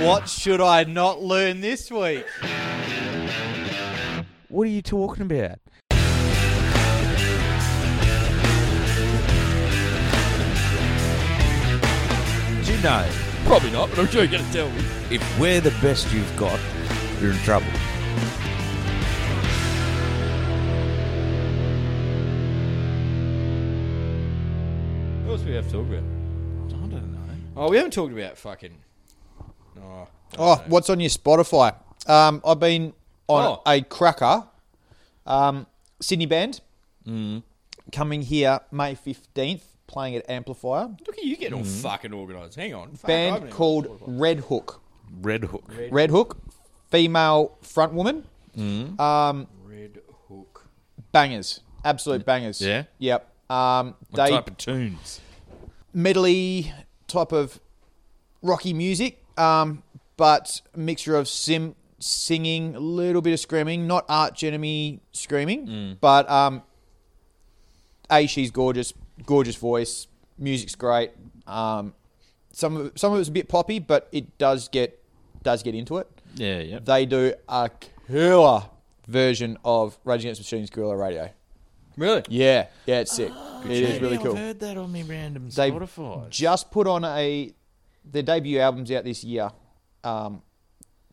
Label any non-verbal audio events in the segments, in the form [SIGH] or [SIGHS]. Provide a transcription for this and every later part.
What should I not learn this week? What are you talking about? Do you know Probably not, but I'm sure you're going to tell me. if we're the best you've got, you're in trouble? What else do we have to talk about? I don't know. Oh, we haven't talked about fucking. Oh, Oh, what's on your Spotify? Um, I've been on Oh. a cracker. Um, Sydney band coming here May fifteenth, playing at Amplifier. look at you getting all fucking organised. Hang on. Fuck, I haven't Band even- called Red Hook. Red Hook. Red Hook, female front woman. Um, Red Hook. bangers, absolute bangers. Yeah? Yep. Um, What they type of tunes? medley type of rocky music, um, but mixture of sim singing, a little bit of screaming, not Arch Enemy screaming, but um, a she's gorgeous, gorgeous voice, music's great. Um, some of some of it's a bit poppy, but it does get does get into it. Yeah, yeah. They do a killer version of Rage Against the Machine's Guerrilla Radio. Really? Yeah, yeah, it's sick. it is really cool. I've heard that on my random They Spotify. just put on a their debut albums out this year, um,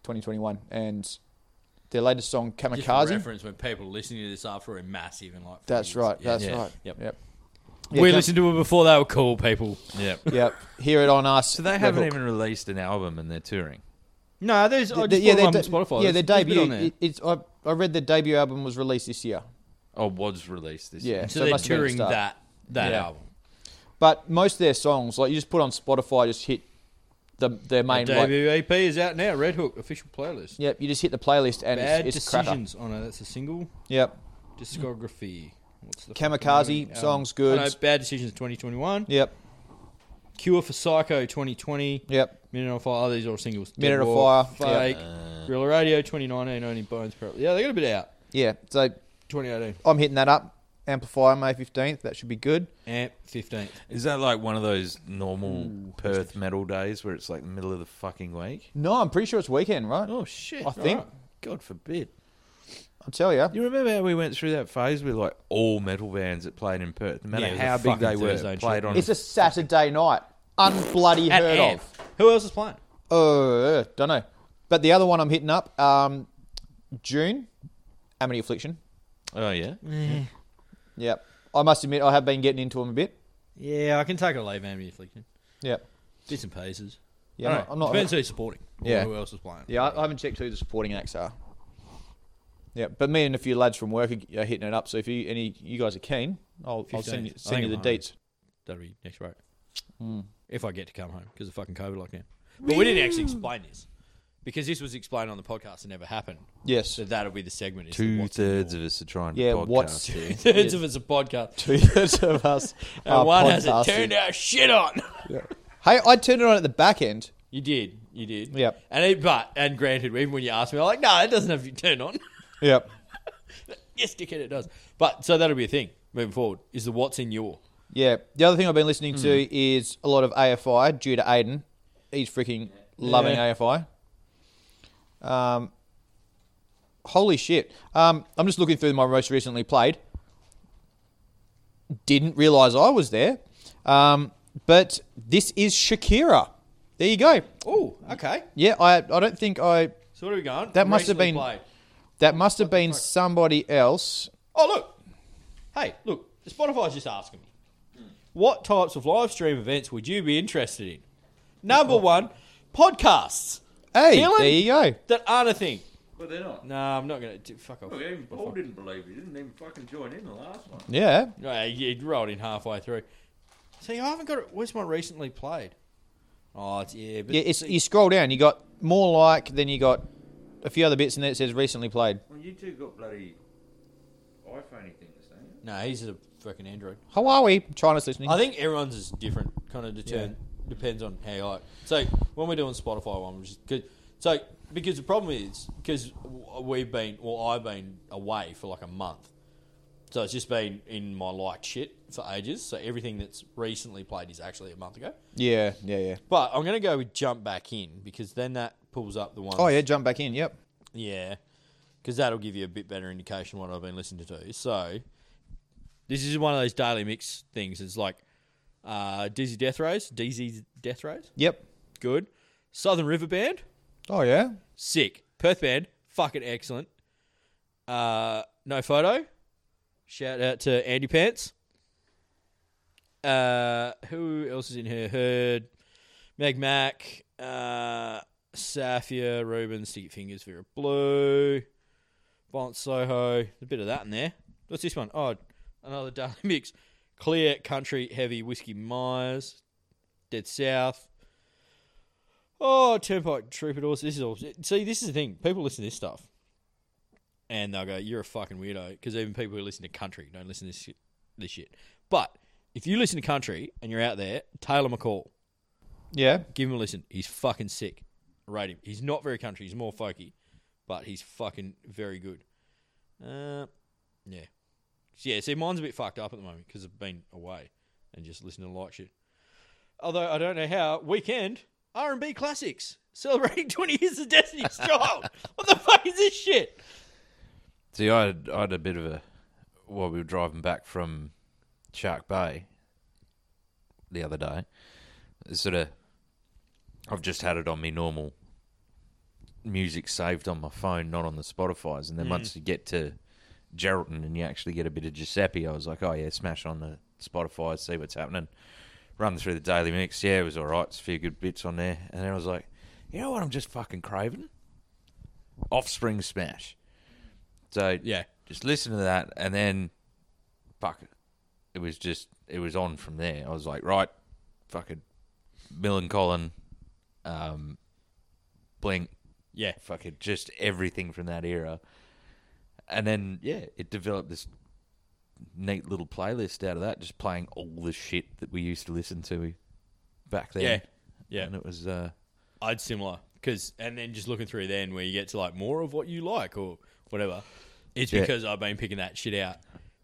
2021, and their latest song Just Kamikaze. for reference when people listening to this after are massive and like. that's fucking- right. Yeah. That's Yeah. right. Yep. Yep. we Kam- listened to it before they were cool people. Yeah. Yep. Hear it on us. So they Red haven't Hook. even released an album and they're touring. No, there's. Th- I th- just yeah, yeah, their on de- Spotify. yeah, There's their a bit debut. on there. it- it's I, I read their debut album was released this year, Oh, was released this Yeah. year. so so it they're must have been at the touring start. that that Yeah. album. but most of their songs, like you just put on Spotify, just hit the their main. Like, Debut EP is out now. Red Hook official playlist. yep. You just hit the playlist and Bad it's, it's a cracker. decisions. Oh no, that's a single Yep. discography. What's the Kamikaze, fucking name? Songs Um, Good. oh, no, Bad decisions. 2021. Yep. Cure for Psycho. 2020. Yep. Minute on Fire. Oh, these are all singles. Dead Minute on Walk, Fire, yeah. Fake. Guerrilla Radio. 2019. Only Bones. Pro- Yeah, they got a bit out. Yeah. So 2018. I'm hitting that up. Amplifier May 15th. That should be good. Amp. 15th. Is that like one of those normal Perth metal days where it's like the middle of the fucking week? No, I'm pretty sure it's weekend, right? Oh shit! I think. Alright. God forbid. I'll tell you. You remember how we went through that phase with like all metal bands that played in Perth, no matter Yeah, it was how a big they fucking were, Thursday played trip. on. It's a Saturday night. Unbloody At heard Amp. of. Who else is playing? Oh, don't know. But the other one I'm hitting up, um, June, Amity Affliction. oh yeah, Yep. I must admit, I have been getting into them a bit. Yeah, I can take a leave Amity Affliction. Yep. Bits and pieces. Yeah, I'm not. I'm Depends not who's supporting. Yeah. Or who else is playing. yeah, I I haven't checked who the supporting acts are. Yeah, but me and a few lads from work are- are hitting it up. So if you any you guys are keen, I'll, I'll send 15th. you, I send think you the I'm home. deets. That'll be next week. Hmm. If I get to come home because of fucking COVID lockdown. But we didn't actually explain this because this was explained on the podcast and never happened. Yes. So that'll be the segment. is the two what's thirds in of us are trying to Yeah, podcast. what's- [LAUGHS] here. the- Two-thirds of [LAUGHS] it's a podcast. Two [LAUGHS] thirds of us. And are one has it podcasting. turned our shit on. [LAUGHS] Hey, I turned it on at the back end. You did. You did. Yep. And it, but, and granted, even when you asked me, I'm like, no, it doesn't have to be turned on. [LAUGHS] Yep. yes, dickhead, it does. But, so that'll be a thing moving forward is the what's in your. Yeah. The other thing I've been listening to is a lot of AFI due to Aiden. He's freaking loving Yeah. AFI. Um, holy shit. Um, I'm just looking through my most recently played. Didn't realize I was there. Um, but this is Shakira. There you go. Oh, okay. Yeah, I, I don't think I. So what are we going? That must have Recently been- played. That must have been somebody else. Oh look, hey, look, Spotify's just asking me, what types of live stream events would you be interested in? Number one, podcasts Hey, Dylan? there you go. that aren't a thing. Well, they're not. Nah, I'm not gonna do, fuck off. even Paul didn't believe you. Didn't even fucking join in the last one. Yeah. Yeah, you rolled in halfway through. See, I haven't got it. Where's my recently played? Oh, it's, yeah, but Yeah, it's, you scroll down, you got more like, then you got a few other bits, and then it says recently played. Well, you two got bloody iPhoney things, don't you? no, he's a fucking Android. How are we? China's listening. I think everyone's is different. Kind of determined, depends on how you like. So when we're doing Spotify one, which is good. So because the problem is because we've been, well, I've been away for like a month. So it's just been in my liked shit for ages. So everything that's recently played is actually a month ago. Yeah, yeah, yeah. But I'm going to go with jump back in because then that pulls up the one. Oh yeah, jump back in. Yep. Yeah. Because that'll give you a bit better indication what I've been listening to. So this is one of those daily mix things. It's like uh, Dizzy Death Rays, DZ Death Rays, Yep. good. Southern River Band, Oh yeah. sick. Perth Band, fucking excellent. Uh, no photo. Shout out to Andy Pants. Uh, who else is in here? Heard, Meg Mac, uh, Safia, Ruben, Sticky Fingers, Vera Blue, Violent Soho. A bit of that in there. What's this one? Oh, another Daily [LAUGHS] Mix. Clear Country Heavy Whiskey Myers, Dead South, Oh, Turnpike Troubadours. This is all. See, this is the thing. People listen to this stuff, and they'll go, "You're a fucking weirdo," because even people who listen to country don't listen to this shit, this shit. But if you listen to country and you're out there, Taylor McCall, Yeah. give him a listen. He's fucking sick. Rate him. He's not very country. He's more folky, but he's fucking very good. Uh, yeah, yeah. See, mine's a bit fucked up at the moment because I've been away and just listening to like shit. Although I don't know how weekend R and B classics celebrating [LAUGHS] twenty years of Destiny's [LAUGHS] Child. What the fuck is this shit? See, I had, I had a bit of a while we were driving back from Shark Bay the other day. it's Sort of, I've just had it on me normal music saved on my phone, not on the Spotify's. And then once you get to Geraldton and you actually get a bit of Giuseppe, I was like, oh yeah, smash on the Spotify, see what's happening. Run through the daily mix. Yeah, it was all right. It's a few good bits on there. And then I was like, you know what? I'm just fucking craving Offspring Smash. So Yeah. just listen to that, and then fuck, it was just it was on from there. I was like, right, fucking Bill and Colin, um, Blink, Yeah, fucking just everything from that era, and then yeah, it developed this neat little playlist out of that, just playing all the shit that we used to listen to back then. Yeah. Yeah. and it was uh, I'd similar because, and then just looking through then where you get to like more of what you like or whatever. It's Yeah. because I've been picking that shit out.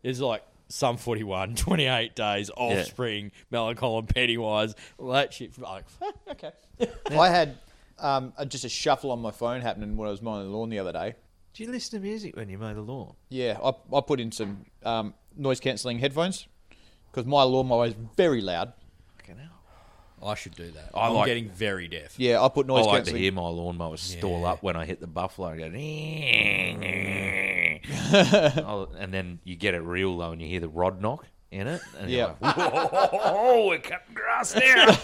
It's like some [LAUGHS] 41, 28 days, offspring, melancholy, pennywise, all that shit. Like, [LAUGHS] okay. [LAUGHS] I had um, a- just a shuffle on my phone happening when I was mowing the lawn the other day. do you listen to music when you mow the lawn? Yeah, I, I put in some um, noise cancelling headphones because my lawnmower is very loud. Fucking hell. I should do that. I I'm like- getting very deaf. Yeah, I put I noise like to cancelling. hear my lawnmower stall Yeah. up when I hit the buffalo and go, [LAUGHS] Oh, and then you get it real low and you hear the rod knock in it. And you're Yeah. like, whoa, we're cutting grass [LAUGHS] now.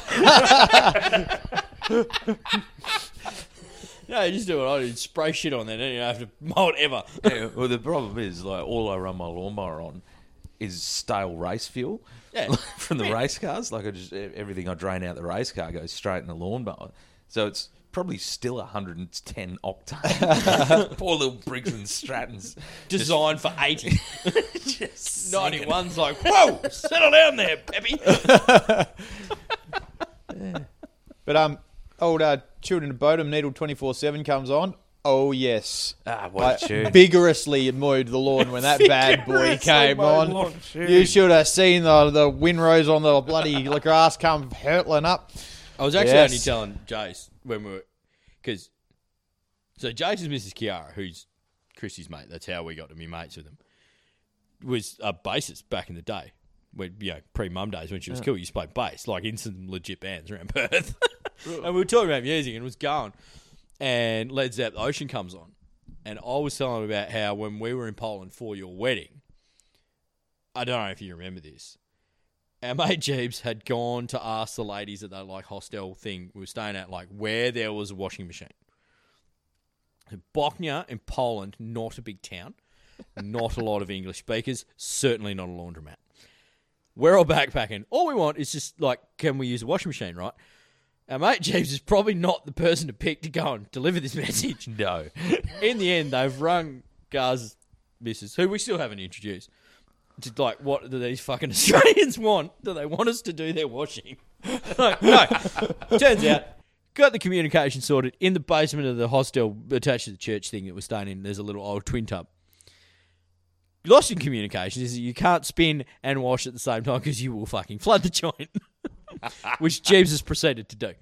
No, you just do what I do. Spray shit on there. Then you don't have to [LAUGHS] mow it [LAUGHS] ever. Yeah, well, the problem is, like, all I run my lawnmower on is stale race fuel Yeah. [LAUGHS] from the race cars. Like, I just e, everything I drain out the race car goes straight in the lawnmower. So it's probably still 110 [LAUGHS] octane. [LAUGHS] Poor little Briggs and Strattons. Designed for 80. [LAUGHS] [LAUGHS] Just 91's like, whoa, settle down there, Peppy. But um, old uh, Children of Bodom Needle 24 7 comes on. Oh, yes. Ah, what a I tune. vigorously mowed the lawn when that bad boy Vigorously came mowed on. lawn, You should have seen the, the windrows on the bloody grass come hurtling up. I was actually Yes. only telling Jace when we were, because so Jace's Mrs. Kiara, who's Chrissy's mate. That's how we got to be mates with him. Was a bassist back in the day, when you know pre mum days when she was cool. You used to play bass like in some legit bands around [LAUGHS] Perth, and we were talking about music and it was going. And Led Zepp, The Ocean comes on, and I was telling him about how when we were in Poland for your wedding, I don't know if you remember this our mate Jeebs had gone to ask the ladies that they like hostel thing we were staying at, like where there was a washing machine. Bochnia in Poland, not a big town, not a lot of English speakers, certainly not a laundromat. We're all backpacking. All we want is just like, can we use a washing machine, right? Our mate Jeeves is probably not the person to pick to go and deliver this [LAUGHS] message. No. in the end, they've rung Gar's missus, who we still haven't introduced. To like, what do these fucking [LAUGHS] Australians want? Do they want us to do their washing? [LAUGHS] Like, no. Turns out, got the communication sorted in the basement of the hostel attached to the church thing that we're staying in. There's a little old twin tub. loss in communication is that you can't spin and wash at the same time because you will fucking flood the joint, [LAUGHS] which Jeeves has proceeded to do.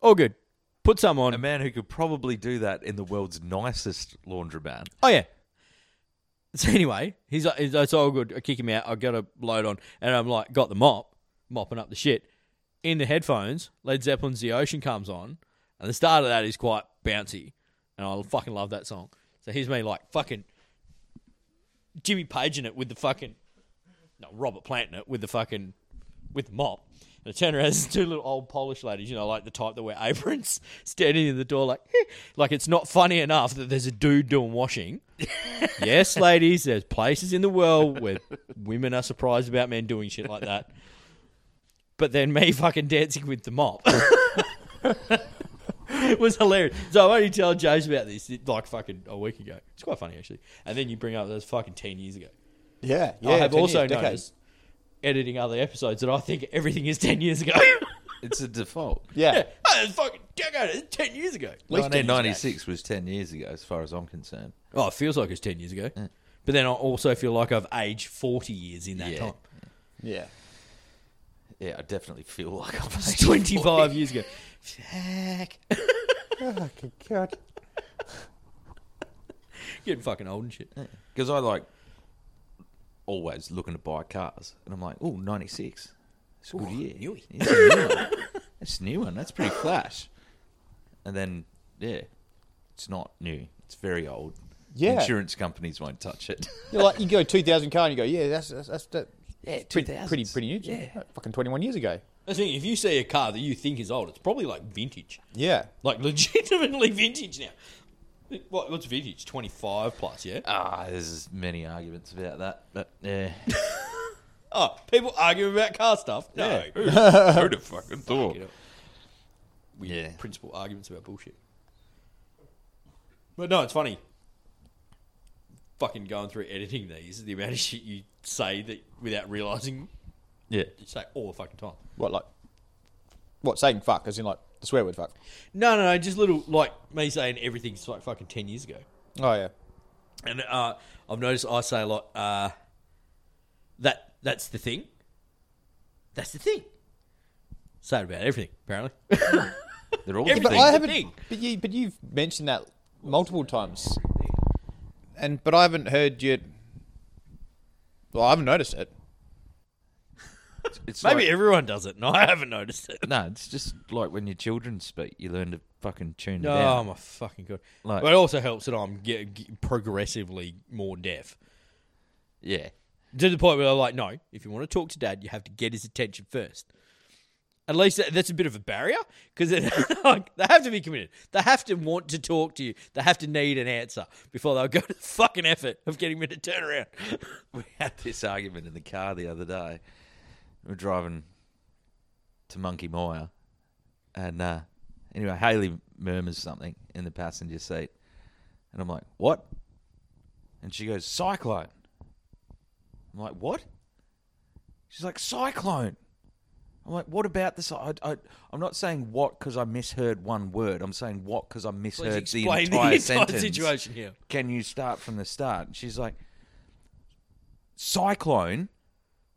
All good. Put some A on. man who could probably do that in the world's nicest laundromat. Oh yeah. So anyway, he's like, he's- it's all good. I kick him out. I got a load on, and I'm like, got the mop, mopping up the shit. In the headphones, Led Zeppelin's "The Ocean" comes on, and the start of that is quite bouncy, and I fucking love that song. So here's me like fucking Jimmy Page in it with the fucking no Robert Plant in it with the fucking with the mop. And I turn around, there's [LAUGHS] two little old Polish ladies, you know, like the type that wear aprons, [LAUGHS] standing in the door, like, "Eh." like it's not funny enough that there's a dude doing washing. yes, ladies, there's places in the world where women are surprised about men doing shit like that. But then me [LAUGHS] fucking dancing with the mop. [LAUGHS] it was hilarious. So I only tell James about this like fucking a week ago. It's quite funny actually. And then you bring up those fucking ten years ago. Yeah, yeah. I have 10 also years, decades. noticed editing other episodes that I think everything is ten years [LAUGHS] [LAUGHS] ago. It's a default. Yeah. yeah, oh, it's fucking decade, it's ten years ago. At least 10 years ago. 1996 was 10 years ago, as far as I'm concerned. Oh, it feels like it's ten years ago. But then I also feel like I've aged forty years in that Yeah. [LAUGHS] time. yeah. Yeah, I definitely feel like I'm It's twenty five years ago. Fuck. Oh, good God. Getting fucking old and shit. Because I like always looking to buy cars, and I'm like, oh, 96. It's a good year. newy. It's a new one. [LAUGHS] It's a new one. That's pretty flash. And then, yeah, it's not new. It's very old. Yeah. Insurance companies won't touch it. You're like you go two thousand car and you go, yeah, that's that's, that's that, Yeah, pretty, 2000s. pretty pretty new. Yeah. Like, fucking twenty one years ago. I think if you see a car that you think is old, it's probably like vintage, Yeah, like [LAUGHS] legitimately vintage now. What, what's vintage? Twenty five plus, yeah. Ah, there's many arguments about that, but yeah. Oh, people arguing about car stuff. No, [LAUGHS] Who'd have fucking thought? you know, Yeah. principal arguments about bullshit. But no, it's funny. Fucking going through editing these, the amount of shit you say that without realizing Yeah. you say all the fucking time. what like what saying fuck as in like the swear word fuck. No, no, no, just little like me saying everything's like fucking ten years ago. Oh yeah, And uh, I've noticed I say a lot. Uh, that that's the thing. That's the thing. Say it about everything. Apparently, [LAUGHS] They're all Yeah, but but things- I the haven't. thing. But you but you've mentioned that multiple times, and but I haven't heard you. Well, I haven't noticed it. it's maybe like- everyone does it, and I haven't noticed [LAUGHS] it. No, it's just like when your children speak, you learn to fucking tune it Oh out. my fucking god! Like- but it also helps that I'm get, get progressively more deaf Yeah. to the point where I'm like, no, if you want to talk to dad, you have to get his attention first. At least that, that's a bit of a barrier because [LAUGHS] like, they have to be committed. They have to want to talk to you. They have to need an answer before they'll go to the fucking effort of getting me to turn around. we had [LAUGHS] this argument in the car the other day. We are driving to Monkey Mire, and uh, anyway, Haley murmurs something in the passenger seat, and I'm like, "What?" And she goes, "Cyclone." I'm like, "What?" She's like, "Cyclone." I'm like, "What about this?" I, I, I'm not saying what because I misheard one word. I'm saying what because I [LAUGHS] Please misheard the explain entire, the entire sentence situation here. can you start from the start? And she's like, Cyclone?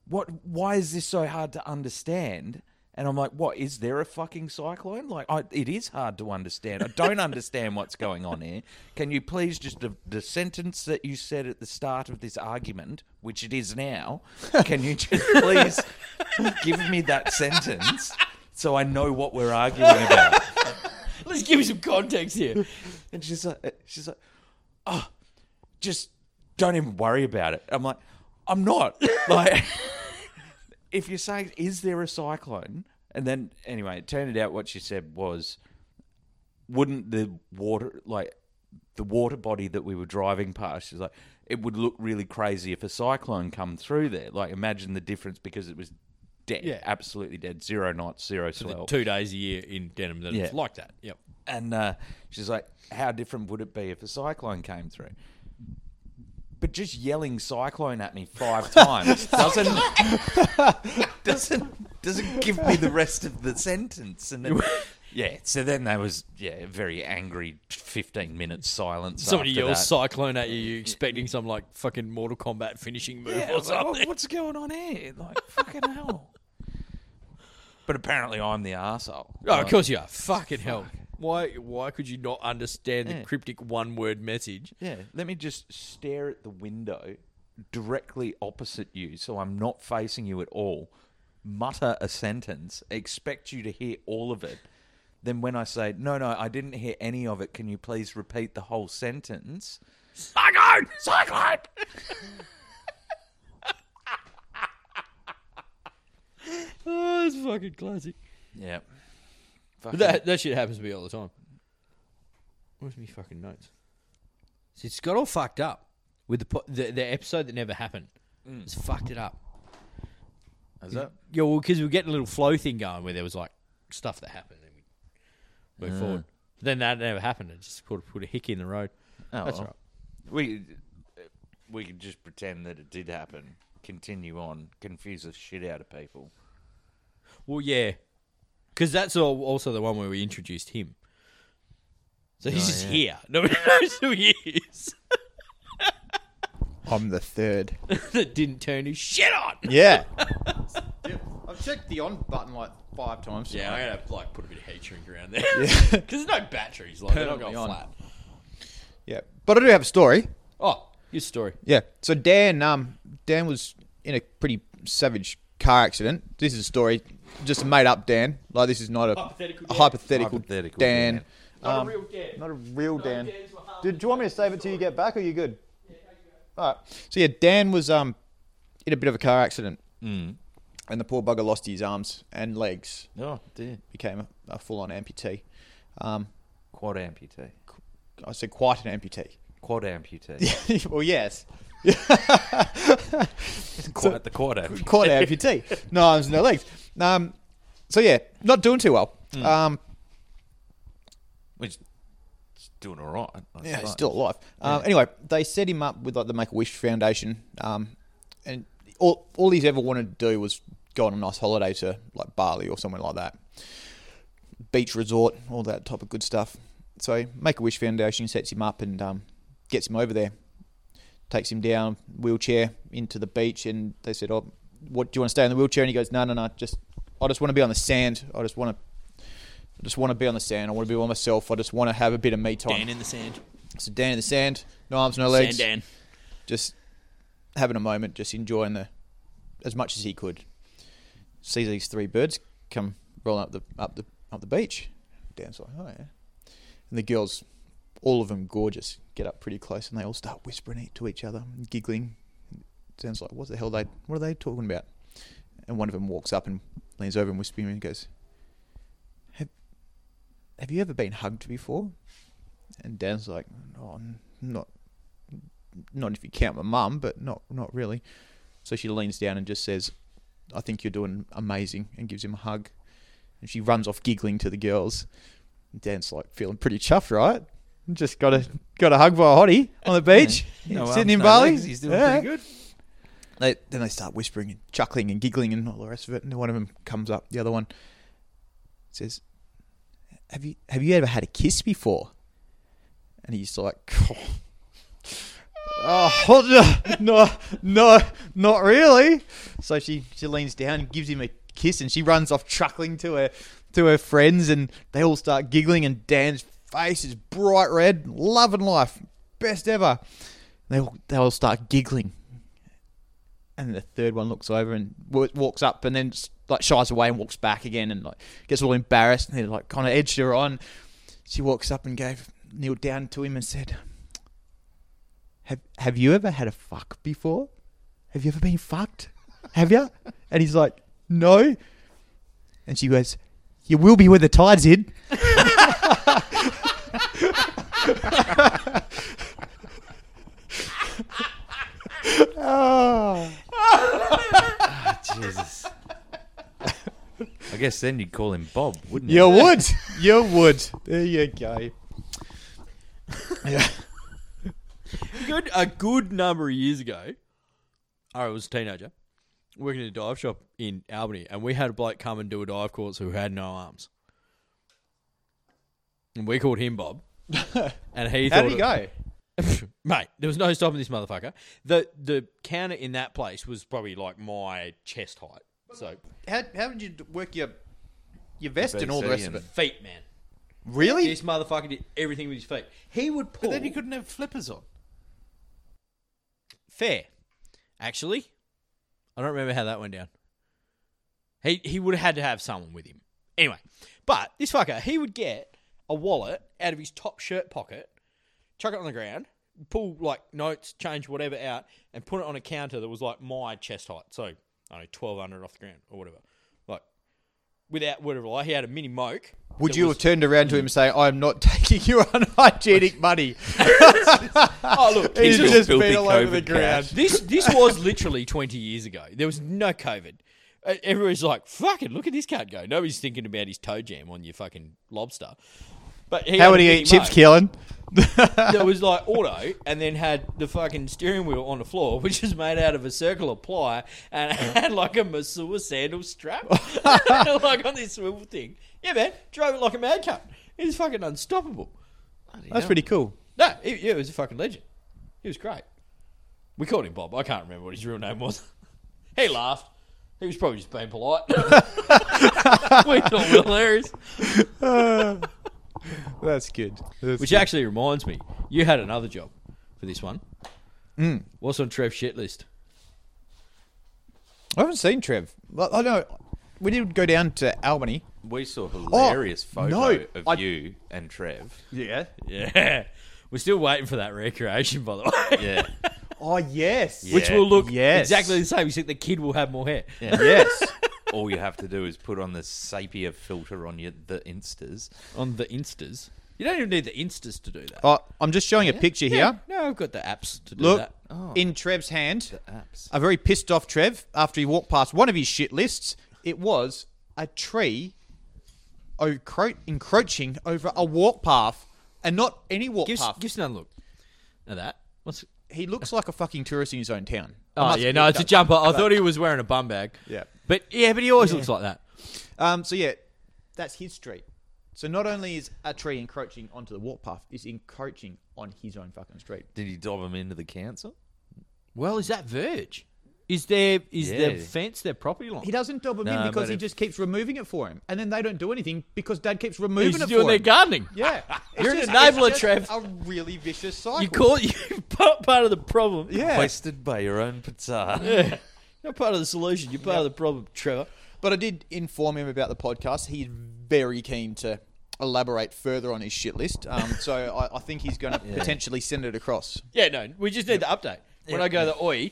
What? Why is this so hard to understand? And I'm like, what? Is there a fucking cyclone? Like, I, it is hard to understand. I don't understand what's going on here. Can you please just the, the sentence that you said at the start of this argument, which it is now, can you just please give me that sentence so I know what we're arguing about? Let's give you some context here. And she's like, eh, she's like, oh, just don't even worry about it. I'm like, I'm not. [LAUGHS] like, if you're saying, is there a cyclone? And then, anyway, it turned out what she said was, wouldn't the water, like, the water body that we were driving past, she's like, it would look really crazy if a cyclone come through there. Like, imagine the difference because it was dead, Yeah. absolutely dead, zero knots, zero swell. Two days a year in Denham that it's Oh. Yeah. like that. Yep. And uh, she's like, "How different would it be if a cyclone came through?" But just yelling "cyclone" at me five [LAUGHS] times doesn't [LAUGHS] doesn't doesn't give me the rest of the sentence. And then [LAUGHS] Yeah, so then there was yeah, a very angry fifteen minutes silence. Somebody after yells that. Cyclone at you, you expecting some like fucking Mortal Kombat finishing move Yeah, I or was like, something. "What- what's going on here? Like fucking hell. But apparently I'm the asshole. [LAUGHS] Oh, of course you are. Fucking hell. Why why could you not understand the Yeah. cryptic one word message? Yeah, let me just stare at the window directly opposite you so I'm not facing you at all. Mutter a sentence, expect you to hear all of it. Then when I say, "No, no, I didn't hear any of it. Can you please repeat the whole sentence?" Cyclone! Cyclone! Oh, it's fucking classic. yeah. But that that shit happens to me all the time. Where's me fucking notes? See, it's got all fucked up with the po- the, the episode that never happened. It's fucked it up. Is that? Yeah, well, because we were getting a little flow thing going where there was like stuff that happened and we moved forward. Then that never happened. It just sort of put a hickey in the road. Oh, That's well. all We we could just pretend that it did happen. Continue on, confuse the shit out of people. Well, yeah, because that's all, also the one where we introduced him. So he's just here. [LAUGHS] Nobody knows who he is. [LAUGHS] I'm the third. that didn't turn his shit on. [LAUGHS] Yeah. I've checked the on button like five times. Yeah, I'm gonna have to like put a bit of heat shrink around there [LAUGHS] because there's no batteries. Like they're not going Permanently on. flat. Yeah. But I do have a story. Oh, your story. Yeah. So Dan, um, Dan was in a pretty savage car accident. This is a story, just a made up Dan. Like this is not a Hypothetical a Dan. hypothetical, Hypothetical Dan. Dan. Not a real dare. [LAUGHS] Not a real Dan. Dan's were half Did, do you want me to save it till you get back, or you good? All right. So yeah, Dan was um in a bit of a car accident, and the poor bugger lost his arms and legs, Oh dear, became a, a full-on amputee. Um, quad amputee, I said quite an amputee. quad amputee, well, yes, quite the quad amputee. quite an amputee. No arms, no legs. Um, so yeah, not doing too well. Um, Which is doing all right. I Yeah, he's suppose. still alive. Um, anyway, they set him up with like the Make a Wish Foundation, um, and all all he's ever wanted to do was go on a nice holiday to like Bali or somewhere like that, beach resort, all that type of good stuff. So Make a Wish Foundation sets him up and um, gets him over there, takes him down wheelchair into the beach, and they said, "Oh, what do you want to stay in the wheelchair?" And he goes, "No, no, no, just I just want to be on the sand. I just want to." I just want to be on the sand. I want to be by myself. I just want to have a bit of me time. Dan in the sand. So Dan in the sand, no arms, no legs, Sand Dan. just having a moment, just enjoying the as much as he could. Sees these three birds come rolling up the up the up the beach. Dan's like, oh yeah, and the girls, all of them gorgeous, get up pretty close and they all start whispering to each other, and giggling. Dan's like, what the hell they what are they talking about? And one of them walks up and leans over and whispers and goes, have, have you ever been hugged before? And Dan's like, oh, n- not, not if you count my mum, but not, not really. So she leans down and just says, I think you're doing amazing, and gives him a hug. And she runs off giggling to the girls. Dan's like feeling pretty chuffed, right? Just got a got a hug by a hottie on the beach, No sitting arms, in no Bali. legs, He's doing Yeah. pretty good. They, then they start whispering and chuckling and giggling and all the rest of it. And then one of them comes up, the other one says, "Have you have you ever had a kiss before?" And he's like, [LAUGHS] "Oh, oh, [LAUGHS] no, no, not really." So she she leans down and gives him a kiss, and she runs off chuckling to her to her friends, and they all start giggling. And Dan's face is bright red, loving life, best ever. They all, they all start giggling and the third one looks over and w- walks up and then s- like shies away and walks back again and like gets all embarrassed and then like kind of edged her on. She walks up and gave kneeled down to him and said, "Have Have you ever had a fuck before? Have you ever been fucked? Have you?" And he's like, "No." And she goes, "You will be when the tide's in." [LAUGHS] Oh. Jesus. I guess then you'd call him Bob, wouldn't you? [LAUGHS] You would. You would. There you go. Yeah. good a good number of years ago, I was a teenager, working in a dive shop in Albany, and we had a bloke come and do a dive course who had no arms. and we called him [LAUGHS] Bob, and he How thought did he it- go? [LAUGHS] mate, there was no stopping this motherfucker. The the counter in that place was probably like my chest height, so How, how did you d- work your your vest Your and all the BC rest of it? and- feet, man. Really? This motherfucker did everything with his feet. He would pull. Then he couldn't have flippers on. Fair, actually. I don't remember how that went down. He he would have had to have someone with him anyway. But this fucker, he would get a wallet out of his top shirt pocket, chuck it on the ground, pull like notes, change whatever out, and put it on a counter that was like my chest height, so I don't know twelve hundred off the ground or whatever. Like without word of a lie, he had a mini moke. Would that you was- have turned around to him and say, "I'm not [LAUGHS] taking your unhygienic money"? Oh look, He's your just filthy been all over the COVID ground. cash. [LAUGHS] This this was literally 20 years ago. There was no COVID. Uh, Everybody's like, fucking look at this cat go. Nobody's thinking about his toe jam on your fucking lobster. But he How had would a he mini eat moke chips, Keelan? That was like auto, and then had the fucking steering wheel on the floor, [LAUGHS] which is made out of a circle of ply, and [LAUGHS] had like a masseur sandal strap, [LAUGHS] like on this swivel thing. Yeah, man, drove it like a mad cat. He was fucking unstoppable. That's pretty cool. No, he, yeah, he was a fucking legend. He was great. We called him Bob. I can't remember what his real name was. [LAUGHS] he laughed. He was probably just being polite. [LAUGHS] we thought we were hilarious. That's good. That's Which good. actually reminds me, you had another job for this one. Hmm. What's on Trev's shit list? I haven't seen Trev. Well, I know we did go down to Albany. We saw a hilarious photo Oh, no, of I- you and Trev. Yeah. Yeah. We're still waiting for that recreation, by the way. [LAUGHS] Yeah. Oh yes. Which Yeah. will look Yes. exactly the same, except the kid will have more hair. Yes. [LAUGHS] All you have to do is put on the sepia filter on your the instas. On the instas. You don't even need the instas to do that. oh, I'm just showing a picture Yeah, here. No, I've got the apps to do Look that. Oh. in Trev's hand. Apps. A very pissed off Trev after he walked past one of his shit lists. It was a tree encro- encroaching over a walk path, and not any walk Give us, path. give us another look at that. What's? he looks like a fucking tourist in his own town. I Oh must yeah, admit, no, it's a does. jumper. I thought he was wearing a bum bag. Yeah. but yeah, but he always looks like that. Um, so yeah, that's his street. So not only is a tree encroaching onto the walk path, it's encroaching on his own fucking street. Did you dob him into the council? Well, is that Verge? Is there is their Yeah. fence their property line? He doesn't dob him Nah, in because but he if- just keeps removing it for him, and then they don't do anything because Dad keeps removing He's it doing for their him. gardening. [LAUGHS] Yeah, It's You're an just- enabler, it's just Trev. A really vicious cycle. You call [LAUGHS] you part part of the problem. yeah, Hoisted by your own petard. You're part of the solution. You're part of the problem, Trevor. but I did inform him about the podcast. He's very keen to elaborate further on his shit list. Um, so I, I think [LAUGHS] he's going to potentially send it across. Yeah, Mm. no, we just need the update. When I go to Oi,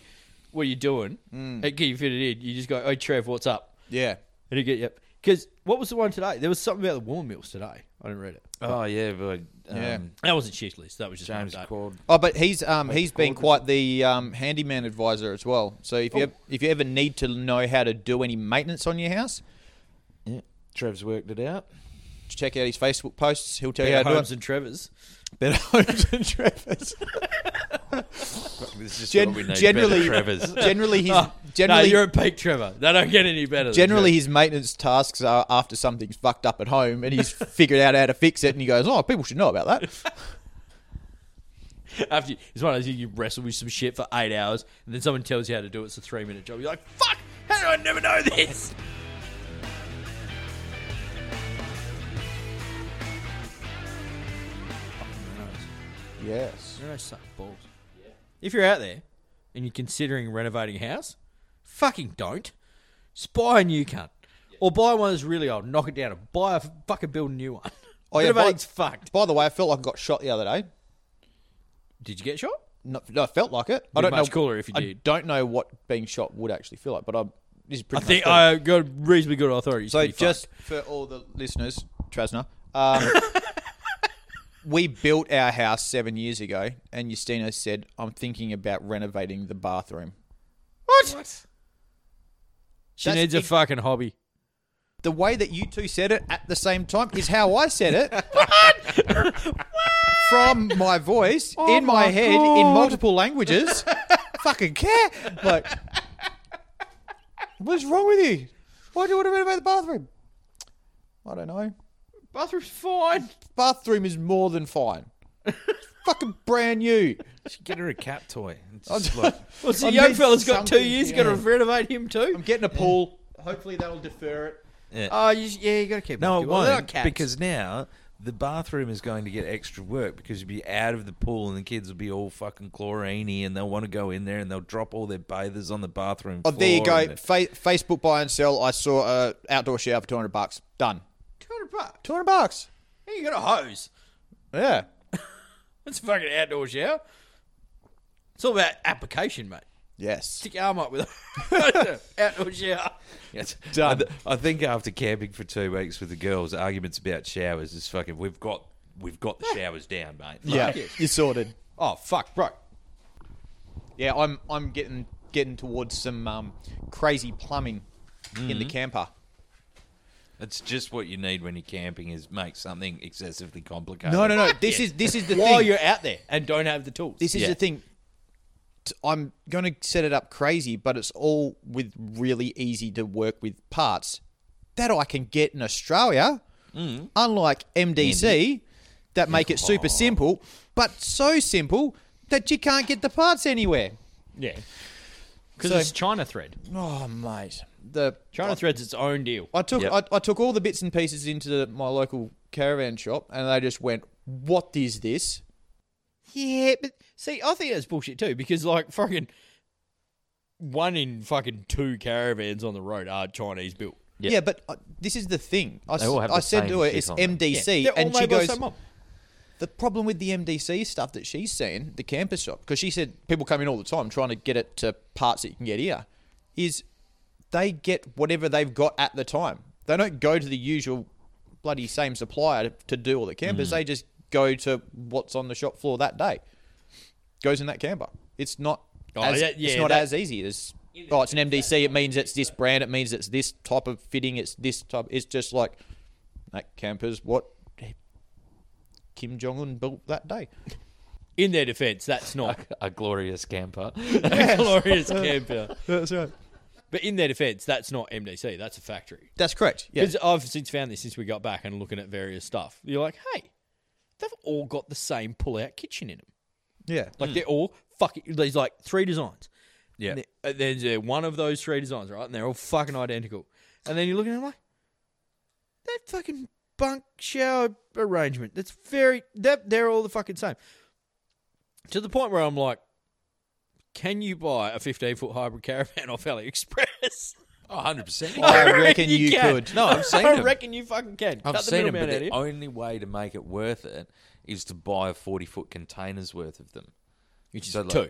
what are you doing? Hey, can you fit it in? You just go, Oi, Trev, what's up? Yeah, And you get yep. Because what was the one today? There was something about the woman mills today. I didn't read it. Oh yeah, but um, yeah. That wasn't shit list. That was just James an update. called. Oh, but he's um, he's been quite the um, handyman advisor as well. So if you ev- if you ever need to know how to do any maintenance on your house, Yeah, Trev's worked it out. check out his Facebook posts. He'll tell Yeah, you how to Holmes do it. and Trevor's. Better homes and [LAUGHS] Trevor's. This is just Gen- what we need, generally, better [LAUGHS] Trevor's. Ah, generally, [LAUGHS] his Generally, Oh, generally you're a peak Trevor. They don't get any better. generally his maintenance tasks are after something's fucked up at home, and he's [LAUGHS] figured out how to fix it, and he goes, "Oh, people should know about [LAUGHS] that." than Trevor. after you, it's one of those you wrestle with some shit for eight hours, and then someone tells you how to do it. It's a three minute job. You're like, fuck! How did I never know [LAUGHS] this? Yes. If you're out there and you're considering renovating a house, fucking don't. Just buy a new cunt. Or buy one that's really old, knock it down, and buy a fucking build a new one. Oh, yeah, buy- [LAUGHS] Renovating's fucked. By the way, I felt like I got shot the other day. Did you get shot? No, no, I felt like it. I Be don't much know. cooler if you I did. don't know what being shot would actually feel like, but I this is I pretty. much think the- I got reasonably good authority. So just for all the listeners, Trasna, [LAUGHS] um, we built our house seven years ago, and Justina said, "I'm thinking about renovating the bathroom." what? She That's needs a ex- fucking hobby. The way that you two said it at the same time is how I said it. [LAUGHS] From my voice, in my, my head, in God. multiple languages. Fucking care. Like, what's wrong with you? Why do you want to renovate the bathroom? I don't know. Bathroom's fine. Bathroom is more than fine. It's fucking brand new. Just get her a cat toy. It's [LAUGHS] just like, Well, so I young need fella's got two something, years. yeah. Got to renovate him too. I'm getting a pool. Hopefully that'll defer it. Oh, you, yeah, you got to keep. no, it it They're not won't cats. because now the bathroom is going to get extra work because you'll be out of the pool and the kids will be all fucking chloriney and they'll want to go in there and they'll drop all their bathers on the bathroom. Oh, there you floor go. and- Fa- Facebook buy and sell. I saw a outdoor shower for 200 bucks. Done. two hundred bucks. 200 bucks. Hey, you got a hose. Yeah. That's a fucking outdoor shower. It's all about application, mate. Yes. Stick your arm up with a [LAUGHS] outdoor shower. Yes. [LAUGHS] Done. I, th- I think after camping for two weeks with the girls, arguments about showers is fucking. We've got we've got the showers down, mate. Yeah. Like, You're sorted. Oh fuck, bro. Yeah, I'm I'm getting getting towards some um, crazy plumbing in the camper. It's just what you need when you're camping is make something excessively complicated. No, no, no. This is this is the While thing. you're out there and don't have the tools, This is Yeah. the thing. T- I'm going to set it up crazy, but it's all with really easy to work with parts that I can get in Australia, Mm. unlike MDC that make [LAUGHS] it super simple, but so simple that you can't get the parts anywhere. yeah, because So- it's China thread. Oh, mate. The China thread's its own deal. I took Yep. I, I took all the bits and pieces into the, my local caravan shop, and they just went, "What is this?" Yeah, but see, I think that's bullshit too because like fucking one in fucking two caravans on the road are Chinese built. Yep. Yeah, but uh, this is the thing. I, s- all have I the said same to her, shit "It's on them." Yeah, MDC," they're all and she made by the goes, same mum. "The problem with the MDC stuff that she's seeing, the camper shop, because she said people come in all the time trying to get it to parts that you can get here, is they get whatever they've got at the time. They don't go to the usual bloody same supplier to, to do all the Mm. campers. They just go to what's on the shop floor that day. Goes in that camper. It's not Oh, as, yeah, yeah, it's not that- as easy. It's, oh, it's an MDC. It means it's this brand. It means it's this type of fitting. It's this type. It's just like that camper's what Kim Jong Un built that day. In their defence, that's not [LAUGHS] a glorious camper. a [LAUGHS] glorious camper. [LAUGHS] That's right. But in their defence, that's not MDC. That's a factory. That's correct. Yeah. Because I've since found this since we got back and looking at various stuff. You're like, hey, they've all got the same pull-out kitchen in them. Yeah. Like they're all fucking. There's like three designs. Yeah. [LAUGHS] And they- uh, There's uh, one of those three designs, right? And they're all fucking identical. And then you look at them like that fucking bunk shower arrangement. That's very. That they're all the fucking same. To the point where I'm like, can you buy a 15 foot hybrid caravan [LAUGHS] off AliExpress? Oh, 100%. [LAUGHS] I reckon you can. could. No, I've seen I them. reckon you fucking can. I've Cut the seen them, middleman but out the here. only way to make it worth it is to buy 40 foot containers worth of them. Which is So, like, two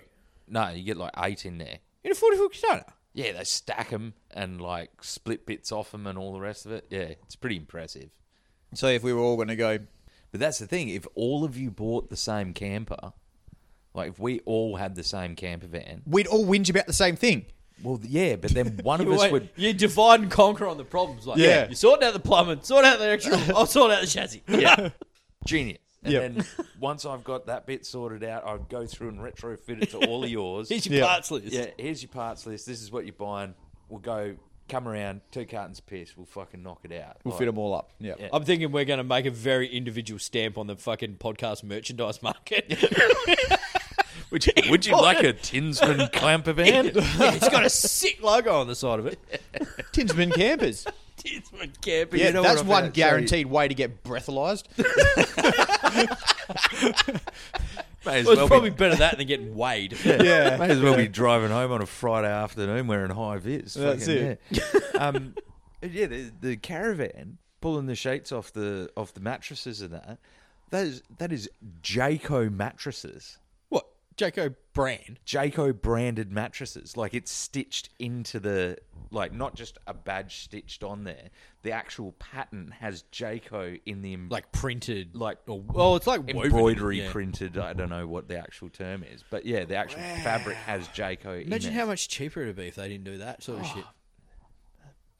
No, you get like eight in there. in a 40 foot container. Yeah, they stack them and like split bits off them and all the rest of it. Yeah, it's pretty impressive. So if we were all going to go, But that's the thing. If all of you bought the same camper, like if we all had the same camper van, we'd all whinge about the same thing. well, yeah, but [LAUGHS] then one of You, us wait, would. you divide and conquer on the problems. Like, Yeah. you sort out the plumbing, sort out the [LAUGHS] electrical, I'll sort out the chassis. [LAUGHS] Yeah. Genius. And Yeah. then once I've got that bit sorted out, I'd go through and retrofit it to all [LAUGHS] of yours. Here's your Yeah. parts list. yeah, here's your parts list. This is what you're buying. We'll go, come around, two cartons of piss. We'll fucking knock it out. We'll Like, fit them all up. Yeah. Yeah. I'm thinking we're going to make a very individual stamp on the fucking podcast merchandise market. [LAUGHS] Would you, would you [LAUGHS] [LAUGHS] like a Tinsman camper van? it's got a sick logo on the side of it. [LAUGHS] Tinsman campers. Tinsman Camper. Yeah, You know that's what I'm one gonna tell you. guaranteed way to get breathalyzed. May as Well, well, it's probably be, [LAUGHS] better that than getting weighed. yeah. may as well be driving home on a Friday afternoon wearing high vis. That's Fucking, [LAUGHS] Yeah, um, yeah the, the caravan pulling the sheets off the off the mattresses and that. That is that is Jayco mattresses. What? Jaco Brand. Jayco branded mattresses. Like it's stitched into the like not just a badge stitched on there. The actual pattern has Jayco in the em- Like printed. like or, well, it's like woven, embroidery yeah. printed. I don't know what the actual term is, but yeah, the actual fabric has Jayco. Imagine in how it. much cheaper it'd be if they didn't do that sort of Oh, shit.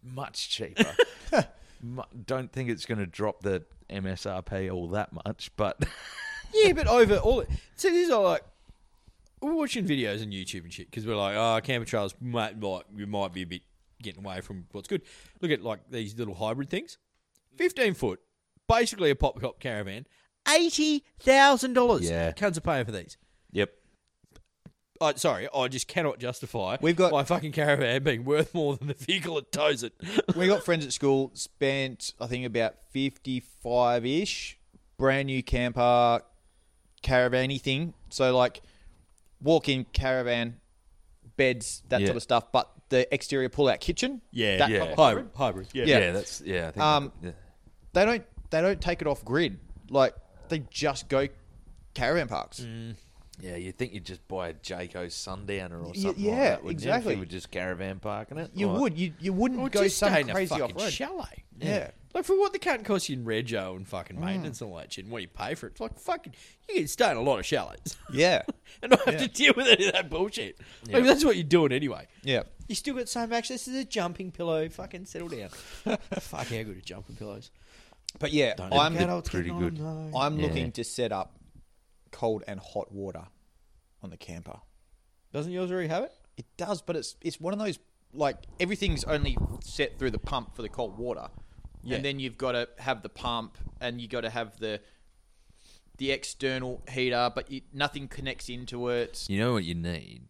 much [LAUGHS] cheaper. Mu- don't think it's going to drop the MSRP all that much, but [LAUGHS] Yeah, but over all. So these are like we're watching videos on YouTube and shit because we're like, oh, camper trails might like we might be a bit getting away from what's good. Look at like these little hybrid things, fifteen foot basically a pop cop caravan. Eighty thousand dollars. Yeah. cunts are paying for these. Yep. I, sorry, I just cannot justify We've got- my fucking caravan being worth more than the vehicle that tows it. we got friends at school spent I think about fifty five ish brand new camper caravan thing. So like walk in caravan beds that Yeah. sort of stuff, but the exterior pull out kitchen. yeah, that yeah. type of hybrid, hybrid. Yeah, Yeah. Yeah. that's yeah. I think Um, yeah. they don't they don't take it off grid. Like they just go caravan parks. Mm, yeah, you'd think you'd just buy a Jayco Sundowner or Y- something. like yeah, that, wouldn't you, if exactly. You would just caravan parking it. You Like- would you you wouldn't Or go just some stay in a crazy fucking off road. chalet. Yeah. Like for what the cunt costs you in rego and fucking maintenance and all that shit, and what you pay for it, it's like fucking, you can stay in a lot of chalets [LAUGHS] Yeah. and not have to deal with any of that bullshit. Like that's what you're doing anyway. Yeah. You still got so much. This is a jumping pillow. Fucking settle [LAUGHS] down. Fuck, how good are jumping pillows? But yeah, Don't I'm get They're old, pretty get on, good. though. I'm Yeah. looking to set up cold and hot water on the camper. Doesn't yours already have it? It does, but it's it's one of those like everything's only set through the pump for the cold water, Yeah. and then you've got to have the pump, and you got to have the the external heater, but you, nothing connects into it. You know what you need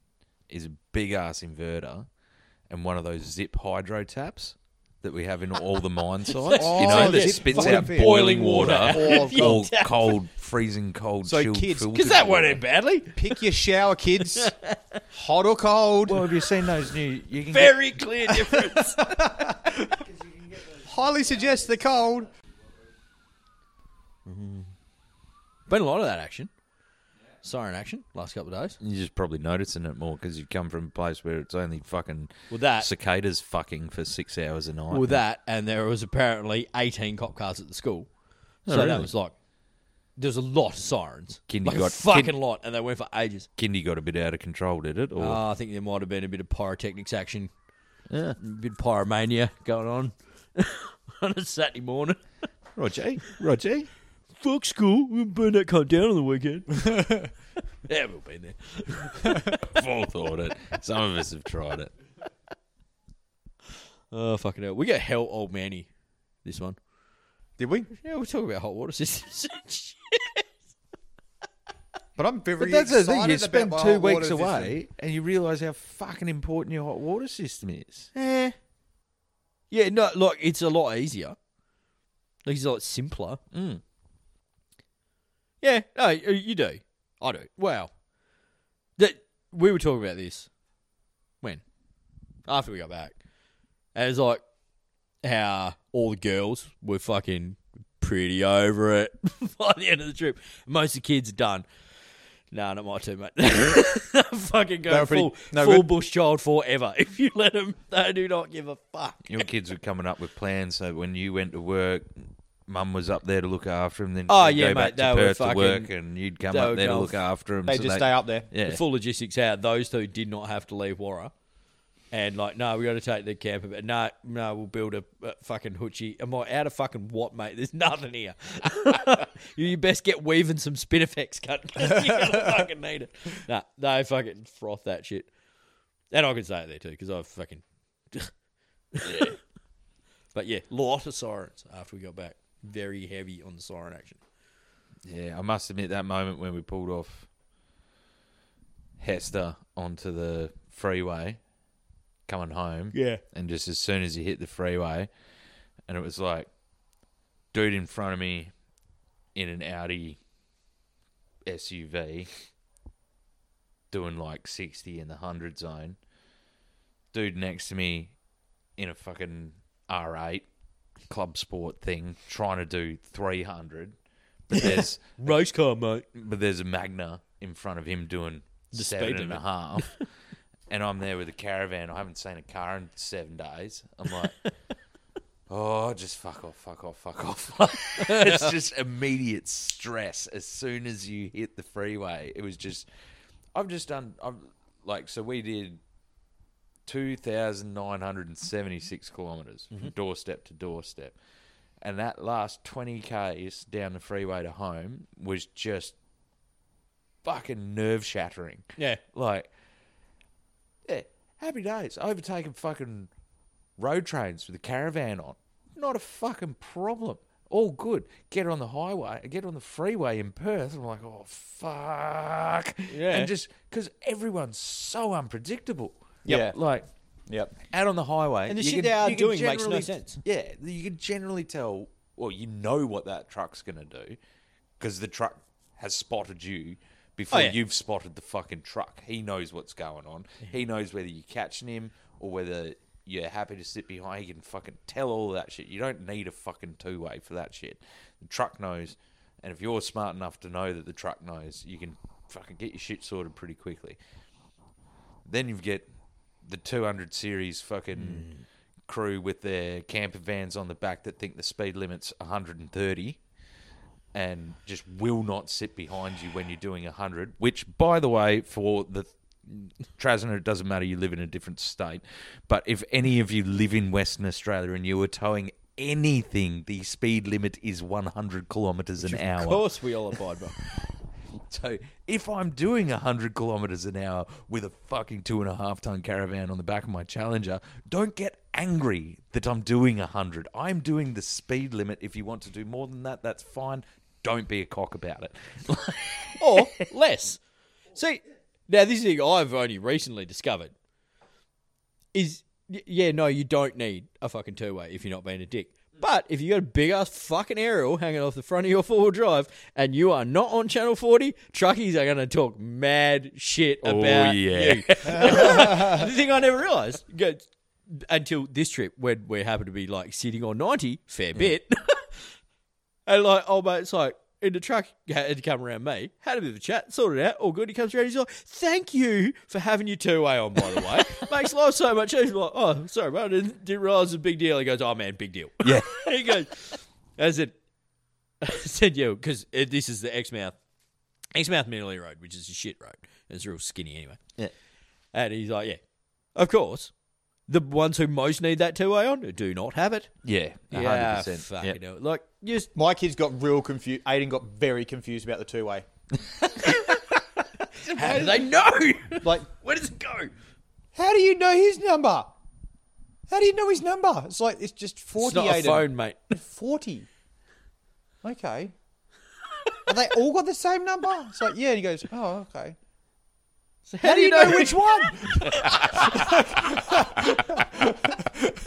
is a big ass inverter and one of those zip hydro taps that we have in all the mine sites. you know, Oh, that yes. spits Fucking out fair. boiling water Oh, I've or [LAUGHS] got- cold, freezing cold, So chilled kids- 'cause filtered Because that won't water. end badly. [LAUGHS] Pick your shower, [LAUGHS] kids. hot or cold, Well, have you seen those new? You can get, Very clear [LAUGHS] difference. highly suggest the cold. Been a lot of that action. Siren action last couple of days. you're just probably noticing it more because you've come from a place where it's only fucking Well, that- cicadas fucking for six hours a night. Well, that and there was apparently 18 cop cars at the school. Oh, so that really? was like, there's a lot of sirens. Kindy like a got- fucking Kin- lot, and they went for ages. kindy got a bit out of control, did it? Or Uh, I think there might have been a bit of pyrotechnics action, yeah, a bit of pyromania going on [LAUGHS] on a Saturday morning. Roger, Roger. Fuck school, we'll burn that cunt down on [LAUGHS] the weekend. [LAUGHS] yeah, we've all been there. Full thought it. Some of us have tried it. Oh, fucking hell. We got hell old manny this one. Did we? Yeah, we're talking about hot water systems. [LAUGHS] But I'm very But that's the excited thing. You about spend my two hot water weeks system. away, and you realise how fucking important your hot water system is. Eh. Yeah, no, look, it's a lot easier. Like it's a lot simpler. Mm. Yeah, no, you you do. I do. Wow. That we were talking about this when after we got back, and it's like how all the girls were fucking pretty over it [LAUGHS] by the end of the trip. Most of the kids are done. No, not my two, mate. [LAUGHS] fucking They go were pretty- full, no full good. bush child forever. [LAUGHS] If you let them, they do not give a fuck. Your kids were coming up with plans, so when you went to work, mum was up there to look after him. Then Oh, she'd go yeah, back mate, they to were Perth fucking- to work, and you'd come they were up there to going- look after him. They so just stay up there. Yeah, the full logistics out. Those two did not have to leave Warra. And like, no, we got to take the camper. But no, no, we'll build a, a fucking hoochie. Am I out of fucking what, mate? There's nothing here. [LAUGHS] you, you best get weaving some spinifex [LAUGHS] cut. You're gonna fucking need it. No, no, fucking froth that shit. And I can say it there too because I fucking. [LAUGHS] But yeah, lot of sirens after we got back. Very heavy on the siren action. yeah. I must admit that moment when we pulled off Hester onto the freeway, coming home. Yeah. and just as soon as you hit the freeway, and it was like, dude in front of me in an Audi SUV doing like 60 in the 100 zone, dude next to me in a fucking R8 club sport thing trying to do 300, but there's Race car, mate. but there's a Magna in front of him doing The seven speed and a limit. [LAUGHS] half. and I'm there with a caravan. I haven't seen a car in seven days. I'm [LAUGHS] like, oh, just fuck off, fuck off, fuck off. [LAUGHS] it's just immediate stress as soon as you hit the freeway. It was just, I've just done, I've like, so we did 2,976 kilometers Mm-hmm. from doorstep to doorstep. And that last 20 Ks down the freeway to home was just fucking nerve shattering. Yeah. Like, yeah, happy days. Overtaking fucking road trains with a caravan on. Not a fucking problem. all good. Get on the highway, get on the freeway in Perth. I'm like, oh fuck, Yeah. and just because everyone's so unpredictable. Yep. Like Yep. out on the highway, And the you shit they are you doing makes no generally- sense. Yeah, you can generally tell. Well, you know what that truck's gonna do because the truck has spotted you before Oh, yeah. you've spotted the fucking truck. He knows what's going on. He knows whether you're catching him or whether you're happy to sit behind. He can fucking tell all that shit. You don't need a fucking two way for that shit. The truck knows, and if you're smart enough to know that the truck knows, you can fucking get your shit sorted pretty quickly. Then you get the 200 series fucking crew with their camper vans on the back that think the speed limit's 130 and just will not sit behind you when you're doing 100, which, by the way, for the Trasna, it doesn't matter, you live in a different state. But if any of you live in Western Australia and you were towing anything, the speed limit is 100 kilometres an hour. Of course, we all abide by. [LAUGHS] So if I'm doing 100 kilometers an hour with a fucking two and a half ton caravan on the back of my Challenger, don't get angry that I'm doing 100. I'm doing the speed limit. If you want to do more than that, that's fine. Don't be a cock about it. or less. See, now this is the thing I've only recently discovered is y- yeah, no, you don't need a fucking two way if you're not being a dick. But if you got a big ass fucking aerial hanging off the front of your four wheel drive and you are not on channel forty, truckies are gonna talk mad shit Oh, yeah. about [LAUGHS] you. [LAUGHS] the thing I never realised go- until this trip when we happen to be like sitting on ninety, fair bit. And like, oh mate, it's like in the truck had to come around me, had a bit of a chat, sorted it out, all good. He comes around, he's like, "Thank you for having your two way on." By the way, makes life so much easier. Like, oh, sorry, mate, I didn't, didn't realize it was a big deal. He goes, "Oh man, big deal." Yeah. [LAUGHS] he goes, "As [LAUGHS] it said, you because this is the Exmouth, Exmouth Manly Road, which is a shit road. It's real skinny anyway." Yeah. and he's like, "Yeah, of course." The ones who most need that two way on do not have it. Yeah, 100%. Yeah, Yeah. fucking hell. Like, just My kids got real confused. Aiden got very confused about the two way. How do they know? Like, Where does it go? how do you know his number? How do you know his number? It's like it's just It's forty. not a Aiden. phone, [LAUGHS] mate. 40. Okay. Have they all got the same number? It's like, yeah. And he goes, oh, okay. How, do you know, which one?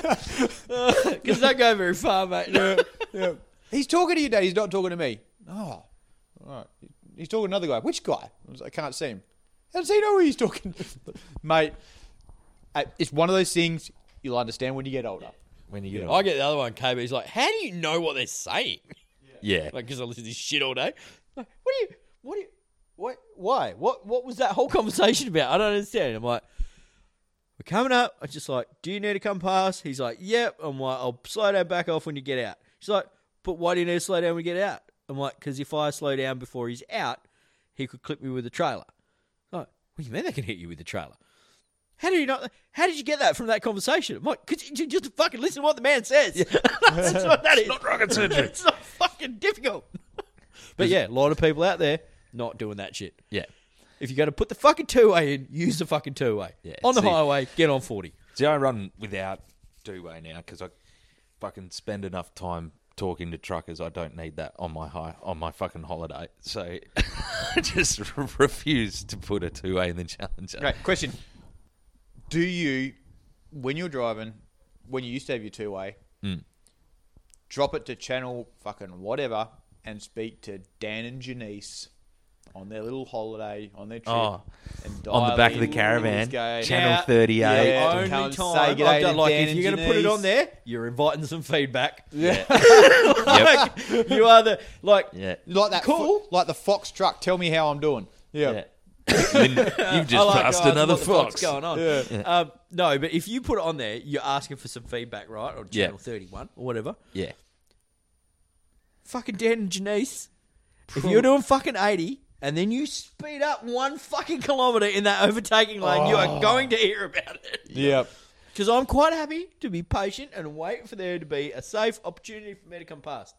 Because don't go very far, mate. He's talking to you, Dad. He's not talking to me. Oh, all right. He's talking to another guy. Which guy? I, was like, I can't see him. How does he know who he's talking [LAUGHS] Mate, uh, it's one of those things you'll understand when you get older. When you get [LAUGHS] I get the other one, KB. He's like, how do you know what they're saying? Yeah. Like, because I listen to this shit all day. Like, what do you, what do you, what, why? What, what was that whole conversation about? I don't understand. I'm like, we're coming up. I'm just like, do you need to come past? He's like, yep. I'm like, I'll slow down back off when you get out. She's like, but why do you need to slow down when you get out? I'm like, because if I slow down before he's out, he could clip me with a trailer. I'm like, what do you mean they can hit you with a trailer? How do you not? How did you get that from that conversation? I'm like, could you just fucking listen to what the man says? [LAUGHS] That's what that is. not rocket surgery. [LAUGHS] it's not fucking difficult. [LAUGHS] But yeah, a lot of people out there not doing that shit. yeah. If you got to put the fucking two way in, use the fucking two way. Yeah, on the see- highway, get on forty. See, I run without two way now because I fucking spend enough time talking to truckers. I don't need that on my high on my fucking holiday. So [LAUGHS] I just [LAUGHS] refuse to put a two way in the Challenger. Right. Question. Do you, when you're driving, when you used to have your two way, Mm. drop it to channel fucking whatever and speak to Dan and Janice on their little holiday, on their trip? Oh, and on the dial back of the in caravan, this guy. Channel Yeah. 38. Yeah, only come time and say I've good day done to like Dan if and you're going to put it on Janice. there, you're inviting some feedback. Yeah. [LAUGHS] Like, you are the like. Yeah. Like that. Cool. fo- like the fox truck. Tell me how I'm doing. Yeah. Yeah. Then You've [LAUGHS] I just like, passed "Oh, another what the fox. fuck's going on? Yeah. Um, no, but if you put it on there, you're asking for some feedback, right? On Yeah. channel thirty-one or whatever. Yeah. fucking Dan and Janice, if you're doing fucking 80 and then you speed up one fucking kilometre in that overtaking lane, you are going to hear about it. [LAUGHS] Yep. Because I'm quite happy to be patient and wait for there to be a safe opportunity for me to come past.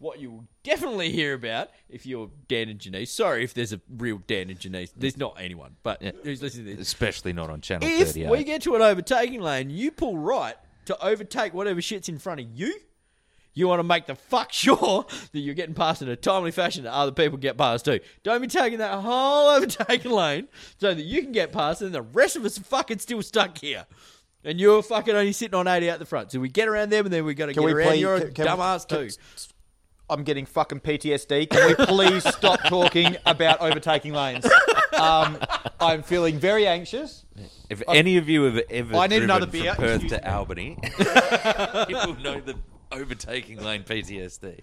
What you will definitely hear about if you're Dan and Janice, sorry if there's a real Dan and Janice, there's not anyone, but who's listening to this? Especially not on Channel If 38. we get to an overtaking lane, you pull right to overtake whatever shit's in front of you. You want to make the fuck [LAUGHS] sure that you're getting past in a timely fashion that other people get past too. Don't be taking that whole [LAUGHS] overtaking lane so that you can get past and the rest of us are fucking still stuck here. And you're fucking only sitting on 80 out the front. So we get around them and then we got to Can get we around. play- you're a can- can- dumbass can- too. I'm getting fucking PTSD. Can we please stop talking about overtaking lanes? Um, I'm feeling very anxious. If any of you have ever I need driven another from beer. Perth Excuse to [LAUGHS] Albany, [LAUGHS] you will know the overtaking lane PTSD.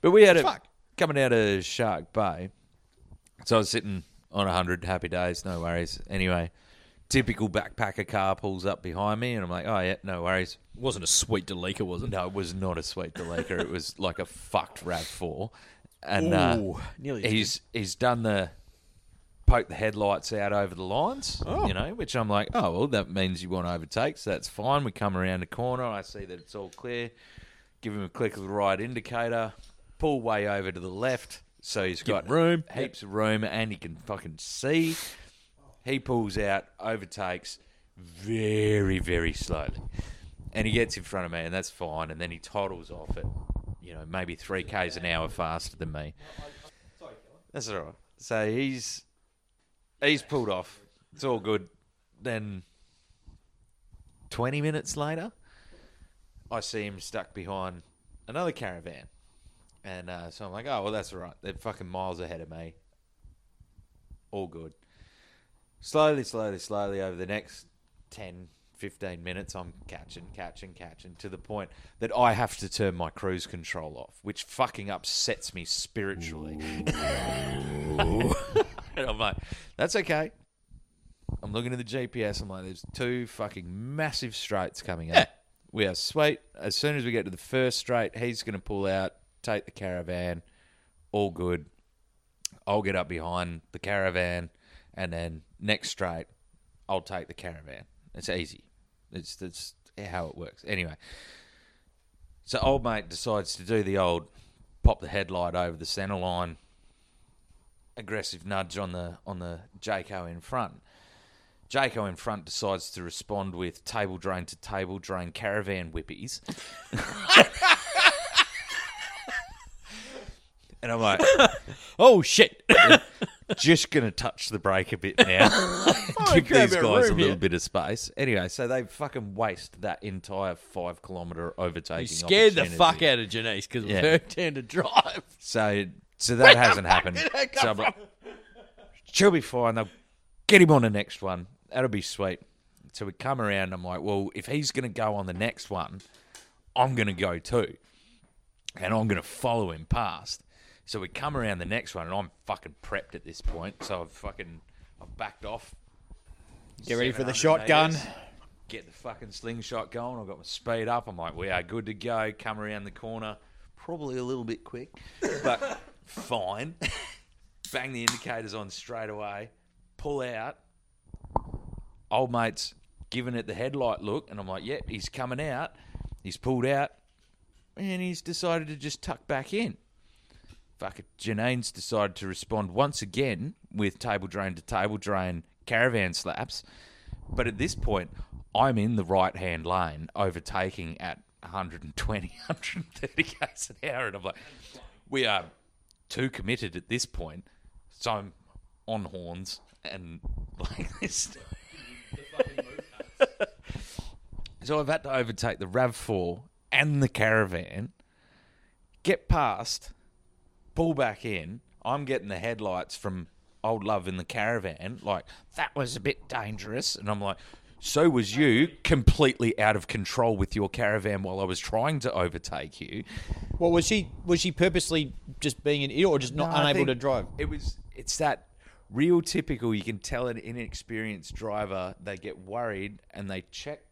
But we had a Fuck. coming out of Shark Bay, so I was sitting on hundred happy days, no worries. Anyway, typical backpacker car pulls up behind me, and I'm like, oh yeah, no worries. Wasn't a sweet Delica, was it? No, it was not a sweet Delaker. it was like a fucked Rav Four, and uh, Ooh, nearly. he's he's done the poke the headlights out over the lines, you know, which I'm like, oh well, that means you want to overtake, so that's fine. We come around the corner, I see that it's all clear. Give him a click of the right indicator, pull way over to the left, so he's got room. heaps of room, and he can fucking see. He pulls out, overtakes very, very slowly. And he gets in front of me, and that's fine. And then he toddles off at, you know, maybe 3Ks an hour faster than me. That's all right. So he's he's pulled off. It's all good. Then 20 minutes later, I see him stuck behind another caravan. And uh, so I'm like, oh, well, that's all right. They're fucking miles ahead of me. All good slowly, slowly, slowly over the next 10, 15 minutes, I'm catching, catching, catching to the point that I have to turn my cruise control off, which fucking upsets me spiritually. and I'm like, that's okay. I'm looking at the GPS. I'm like, there's two fucking massive straights coming up. We are sweet. As soon as we get to the first straight, he's going to pull out, take the caravan. All good. I'll get up behind the caravan, and then next straight, I'll take the caravan. It's easy. It's that's how it works. Anyway, so old mate decides to do the old pop the headlight over the centre line, aggressive nudge on the on the Jaco in front. Jaco in front decides to respond with table drain to table drain caravan whippies. and I'm like, Oh, shit. [LAUGHS] just going to touch the brake a bit now. Give grab these guys a a Oh, room little here. bit of space. Anyway, so they fucking waste that entire five kilometre overtaking. You scared the opportunity. fuck out of Janice because Yeah. it was her [LAUGHS] turn to drive. So, so that hasn't happened. So I'm like, she'll be fine. They'll get him on the next one. That'll be sweet. So we come around. I'm like, well, if he's going to go on the next one, I'm going to go too. And I'm going to follow him past. So we come around the next one, and I'm fucking prepped at this point. So I've fucking I've backed off. Get ready for the 700 shotgun. metres. Get the fucking slingshot going. I've got my speed up. I'm like, we are good to go. Come around the corner. Probably a little bit quick, but [LAUGHS] fine. Bang the indicators on straight away. Pull out. Old mate's giving it the headlight look, and I'm like, yep, he's coming out. He's pulled out, and he's decided to just tuck back in. Fuck it. Janine's decided to respond once again with table drain to table drain caravan slaps. But at this point, I'm in the right hand lane, overtaking at [LAUGHS] 120, 130 k's an hour. And I'm like, we are too committed at this point. So I'm on horns and [LAUGHS] like this. so I've had to overtake the RAV4 and the caravan, get past pull back in. I'm getting the headlights from old love in the caravan. Like that was a bit dangerous, and I'm like, so was you completely out of control with your caravan while I was trying to overtake you. Well, was she was she purposely just being an idiot or just not No, I unable think to drive? It was. It's that real typical. You can tell an inexperienced driver. They get worried and they check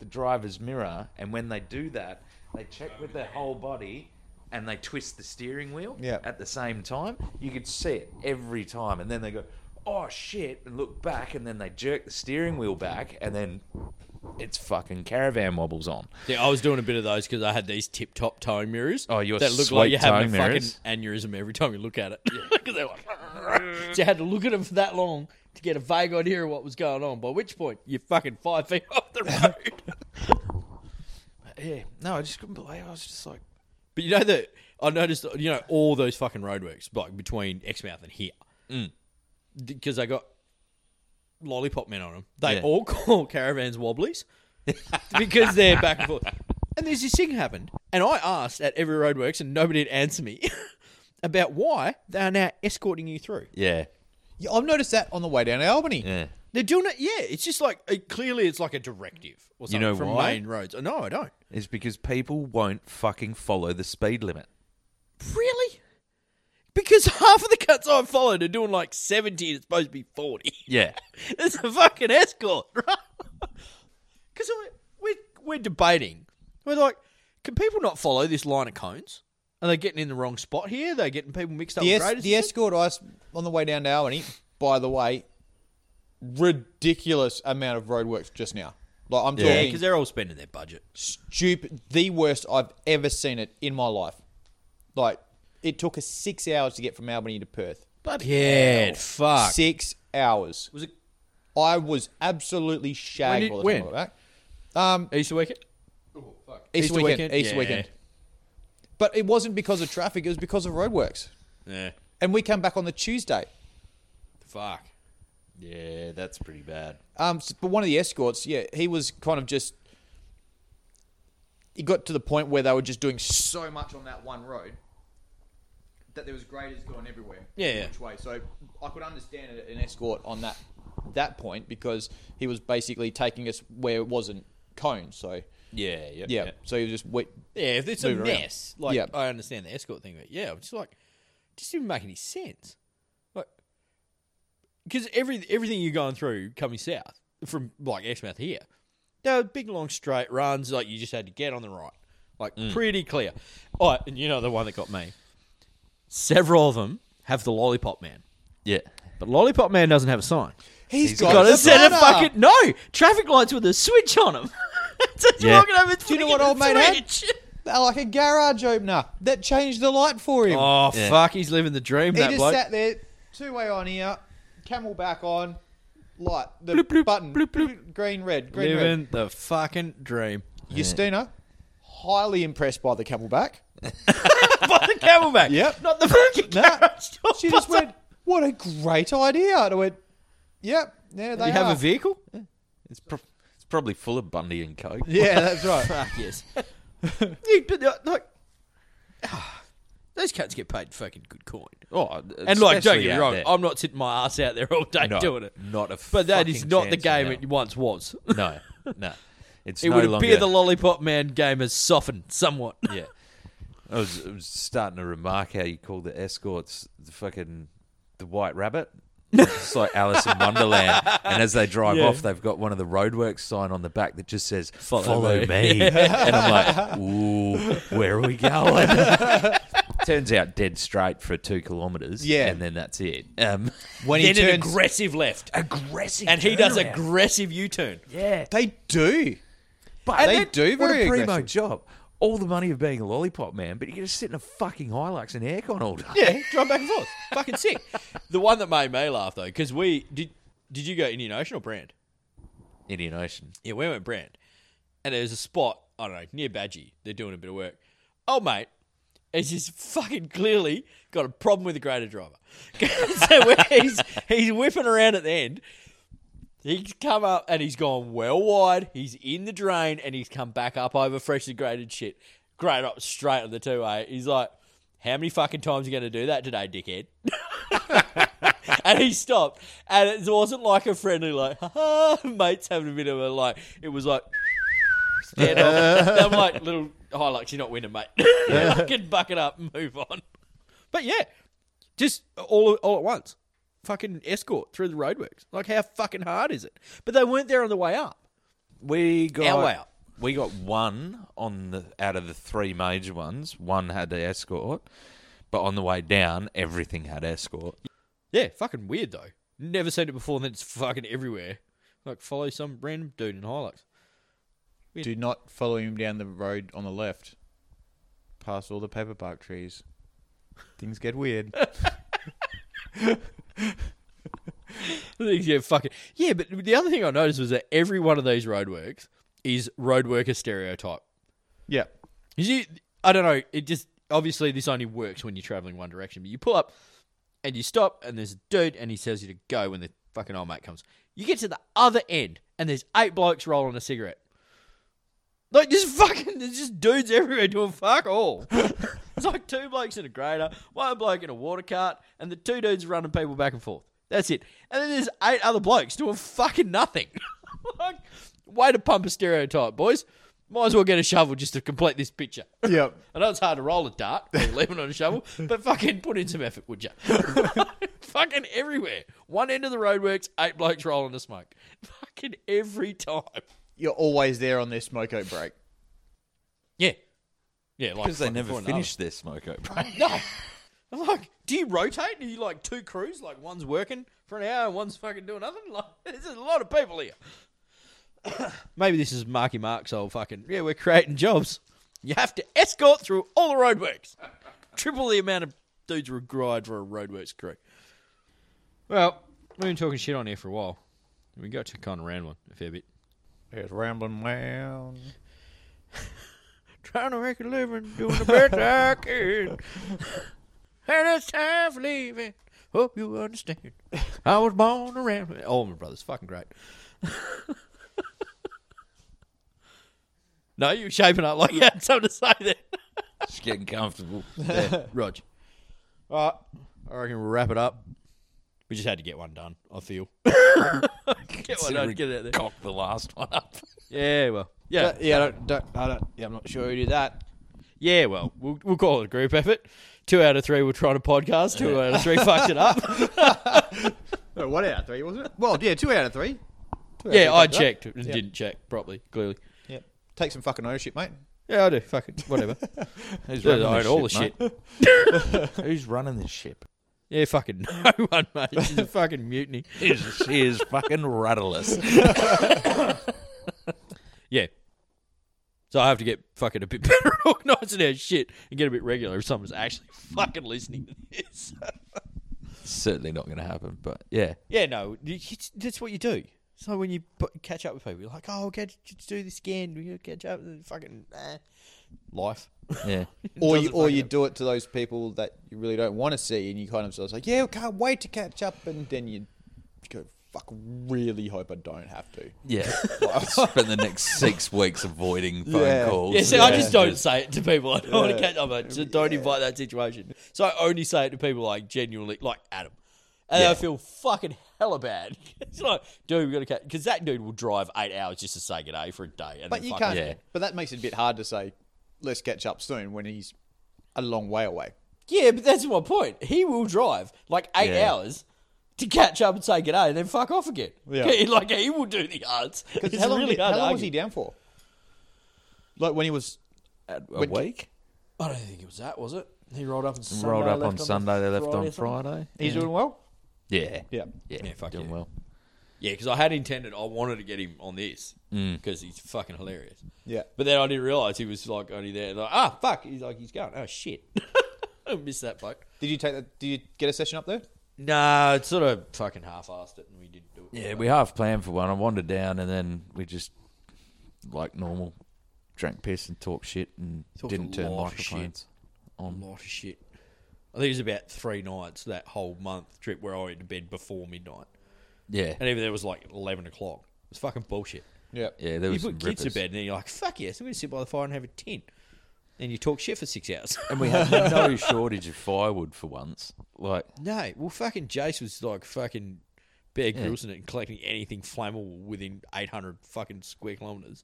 the driver's mirror, and when they do that, they check with their whole body. And they twist the steering wheel Yeah. at the same time. You could see it every time. And then they go, oh shit, and look back. And then they jerk the steering wheel back. And then it's fucking caravan wobbles on. Yeah, I was doing a bit of those because I had these tip top toe mirrors. Oh, your that look sweet like you're having a toe mirrors. fucking aneurysm every time you look at it. [LAUGHS] 'Cause they're like, so you had to look at them for that long to get a vague idea of what was going on. By which point, you're fucking five feet [LAUGHS] off the road. Yeah, no, I just couldn't believe. I was just like, But you know that I noticed, you know, all those fucking roadworks, like between Exmouth and here, Mm. because they got lollipop men on them. They Yeah. all [LAUGHS] call caravans wobblies [LAUGHS] because they're back and forth. And there's this thing happened, and I asked at every roadworks, and nobody would answer me [LAUGHS] about why they are now escorting you through. Yeah. Yeah, I've noticed that on the way down to Albany. Yeah. They're doing it, yeah. It's just like it, clearly, it's like a directive or something know from why? main roads. No, I don't. It's because people won't fucking follow the speed limit. Really? Because [LAUGHS] half of the cuts I followed are doing like 70 and it's supposed to be 40. Yeah. [LAUGHS] It's a fucking escort, [LAUGHS] right? Because we're, we're debating. We're like, can people not follow this line of cones? Are they getting in the wrong spot here? Are they getting people mixed up The, with es- graders? the escort I s- on the way down to Albany, by the way, ridiculous amount of roadworks just now. Like I'm yeah, talking because they're all spending their budget. stupid, the worst I've ever seen it in my life. Like it took us six hours to get from Albany to Perth. But yeah, fuck. Six hours. Was it I was absolutely shagged did- by the time I when? got back. Easter weekend? Easter, Easter weekend, weekend? Easter Yeah. weekend. But it wasn't because of traffic; it was because of roadworks. Yeah, And we come back on the Tuesday. fuck. Yeah, that's pretty bad. Um, s- but one of the escorts, yeah, he was kind of just. It got to the point where they were just doing so much on that one road that there was graders going everywhere. Yeah, yeah. Which way? So I could understand it- an escort on that that point because he was basically taking us where it wasn't cones. So yeah, Yeah, yeah. so he was just wait. Yeah, if it's Move a it around. mess, like Yeah. I understand the escort thing, but yeah, I'm just like, just didn't make any sense. Like, because every everything you're going through coming south from like Exmouth here, there were big long straight runs. Like you just had to get on the right, like pretty clear. Oh, and you know the one that got me. Several of them have the lollipop man, Yeah. but lollipop man doesn't have a sign. He's Got a set of banner! fucking no traffic lights with a switch on [LAUGHS] them. just Yeah. walking over. Do you know what old mate had? like a garage opener that changed the light for him. Oh Yeah. fuck, he's living the dream. He that just bloke. sat there, two way on here, camel back on, light the Bloop, bloop, button, bloop, bloop. [LAUGHS] green red, green red. living the fucking dream. [LAUGHS] Justina, highly impressed by the [LAUGHS] camel back. By the camelback. Yep. Not the fucking No. carriage door. She just went, "What a great idea!" And I went, "Yep, yeah, they You have are." a vehicle? It's, pro- it's probably full of Bundy and Coke. Yeah, that's [LAUGHS] right. Fuck yes. You- but, uh, like, [SIGHS] ah, those cats get paid fucking good coin. Oh, And like, don't especially get me out wrong, there. I'm not sitting my ass out there all day No, doing it. Not a But that is fucking not the chance in game hell. it once was. [LAUGHS] No, no. It's it no would appear longer, the lollipop man game has softened somewhat. Yeah. I was, I was starting to remark how you call the escorts the fucking the white rabbit. It's like Alice in Wonderland. And as they drive Yeah. off, they've got one of the roadworks sign on the back that just says, Follow, me." me. And I'm like, Ooh, where are we going? [LAUGHS] Turns out dead straight for two kilometres. Yeah. And then that's it. Um, [LAUGHS] When [LAUGHS] he Then an turns, aggressive left. aggressive. And he does turnaround. aggressive U turn. Yeah. they do. But And they then- do what very a primo aggressive. job. All the money of being a lollipop man, but you can just sit in a fucking Hilux and aircon all day. Yeah, drive back and forth. Fucking sick. The one that made me laugh though, because we did. Did you go Indian Ocean or Brand? Indian Ocean. Yeah, we went Brand, and there was a spot I don't know near Badgie. They're doing a bit of work. Oh mate, it's just fucking clearly got a problem with the grader driver. [LAUGHS] so when he's he's whipping around at the end. He's come up and he's gone well wide. He's in the drain and he's come back up over freshly graded shit. Great up straight on the two way. He's like, "How many fucking times are you going to do that today, dickhead?" and he stopped. And it wasn't like a friendly, like, [LAUGHS] ha ha, mates having a bit of a like. It was like, [LAUGHS] stand [LAUGHS] up. And I'm like, little Hilux, you're not winning, mate. [LAUGHS] Fucking buck it up and move on. But yeah, just all, all at once. Fucking escort through the roadworks. Like, how fucking hard is it? But they weren't there on the way up. We got Our way up. we got one on the out of the three major ones. One had the escort, but on the way down, everything had escort. Yeah, fucking weird though. Never seen it before, and then it's fucking everywhere. Like, follow some random dude in Hilux. Do not follow him down the road on the left, past all the paper bark trees. Things get weird. [LAUGHS] Yeah, fucking yeah. But the other thing I noticed was that every one of these roadworks is roadworker stereotype. [LAUGHS] yeah, Is you I don't know. It just obviously this only works when you're traveling one direction. But you pull up and you stop, and there's a dude, and he tells you to go when the fucking old mate comes. You get to the other end, and there's eight blokes rolling a cigarette. Like just [LAUGHS] fucking, there's just dudes everywhere doing fuck all. it's like two blokes in a grader, one bloke in a water cart, and the two dudes running people back and forth. That's it. And then there's eight other blokes doing fucking nothing. [LAUGHS] like, way to pump a stereotype, boys. Might as well get a shovel just to complete this picture. Yep. I know it's hard to roll a dart or leave it on a shovel, but fucking put in some effort, would you? [LAUGHS] fucking everywhere. One end of the roadworks, eight blokes rolling a smoke. Fucking every time. You're always there on their smoke out break. Yeah. Yeah, like Because they fucking never for another. finish their smoke out break. No. I'm like, do you rotate? Are you like two crews? Like one's working for an hour and one's fucking doing nothing? [LAUGHS] Like, there's a lot of people here. [COUGHS] Maybe this is Marky Mark's old fucking, yeah, we're creating jobs. You have to escort through all the roadworks. Triple the amount of dudes required for a roadworks crew. Well, we've been talking shit on here for a while. We got to kind of round one a fair bit. It's rambling round. Trying to make a living, doing the best [LAUGHS] I can. And it's time for leaving. Hope you understand. I was born around. Oh, my brother's fucking great. [LAUGHS] no, you're shaping up like you [LAUGHS] had something to say there. Just getting [LAUGHS] comfortable. Rog, Right. I reckon we'll wrap it up. We just had to get one done, I [LAUGHS] feel. get one done, get it out there. Cock the last one up. Yeah, well. Yeah. Uh, yeah, I don't, don't, I don't, yeah, I'm not sure who did that. Yeah, well, we'll we'll call it a group effort. Two out of three were trying to podcast. Two out of three fucked it [LAUGHS] up. No, one out of three, wasn't it? Well, yeah, two out of three. Two out of three Yeah, I fucked it checked and Yeah. didn't check properly. Clearly. up. Yeah. Take some fucking ownership, mate. Yeah, I do. Fuck it. [LAUGHS] Whatever. Who's I own all the shit. shit? [LAUGHS] Who's running this ship? Yeah, fucking [LAUGHS] no one, mate. This is a fucking mutiny. Is she is fucking rudderless. Yeah. So I have to get fucking a bit [LAUGHS] better at organising our shit and get a bit regular if someone's actually fucking listening to this. [LAUGHS] [LAUGHS] Certainly not going to happen. But yeah, yeah, no, it's, that's what you do. So when you put, catch up with people, you're like, oh, we'll get to do this again. We're going to catch up with fucking eh. life. yeah. Or you, Doesn't or fucking you happen. do it to those people that you really don't want to see, and you kind of sort of like, yeah, can't wait to catch up, and then you go, fuck, really hope I don't have [LAUGHS] to. Yeah. I've spent the next six weeks avoiding phone Yeah. calls. Yeah, see, I just Yeah. don't say it to people. I don't want to Yeah. catch up. I just don't invite that situation. So I only say it to people like genuinely, like Adam. And I feel fucking hella bad. [LAUGHS] it's like, dude, we got to catch. Because that dude will drive eight hours just to say good day for a day. And But then you fucking- can't. Yeah. But that makes it a bit hard to say, let's catch up soon when he's a long way away. Yeah, but that's my point. He will drive like eight Yeah. hours to catch up and say good day and then fuck off again. Yeah. [LAUGHS] He- like, he will do the arts. It's how long, really did- hard how to long was argue. he down for? Like when he was. A When- week? I don't think it was that, was it? He rolled up on Sunday. Rolled up left on Sunday, they left on or something. Friday. He's doing well. Yeah. Yeah. Yeah, Yeah, fuck doing yeah. well. Yeah, because I had intended I wanted to get him on this because he's fucking hilarious. Yeah. But then I didn't realize he was like only there. Like, ah, fuck. He's like, he's going. Oh shit, [LAUGHS] I missed that bloke. Did you take that? Did you get a session up there? Nah, it sort of fucking half-assed it, and we didn't do it. Yeah, we half planned for one. I wandered down and then we just, like normal, drank piss and talked shit and Talked didn't a turn lot of shit. microphones A on. lot of shit. I think it was about three nights that whole month trip where I went to bed before midnight, Yeah. and even there was like eleven o'clock. It was fucking bullshit. Yeah. Yeah, there was you some put kids to rippers. bed, and then you're like, fuck yes, I'm going to sit by the fire and have a tin, and you talk shit for six hours. [LAUGHS] And we had no shortage of firewood for once. Like, [LAUGHS] No, well, fucking Jace was like fucking Bear Yeah. Grylls in it and collecting anything flammable within 800 fucking square kilometres.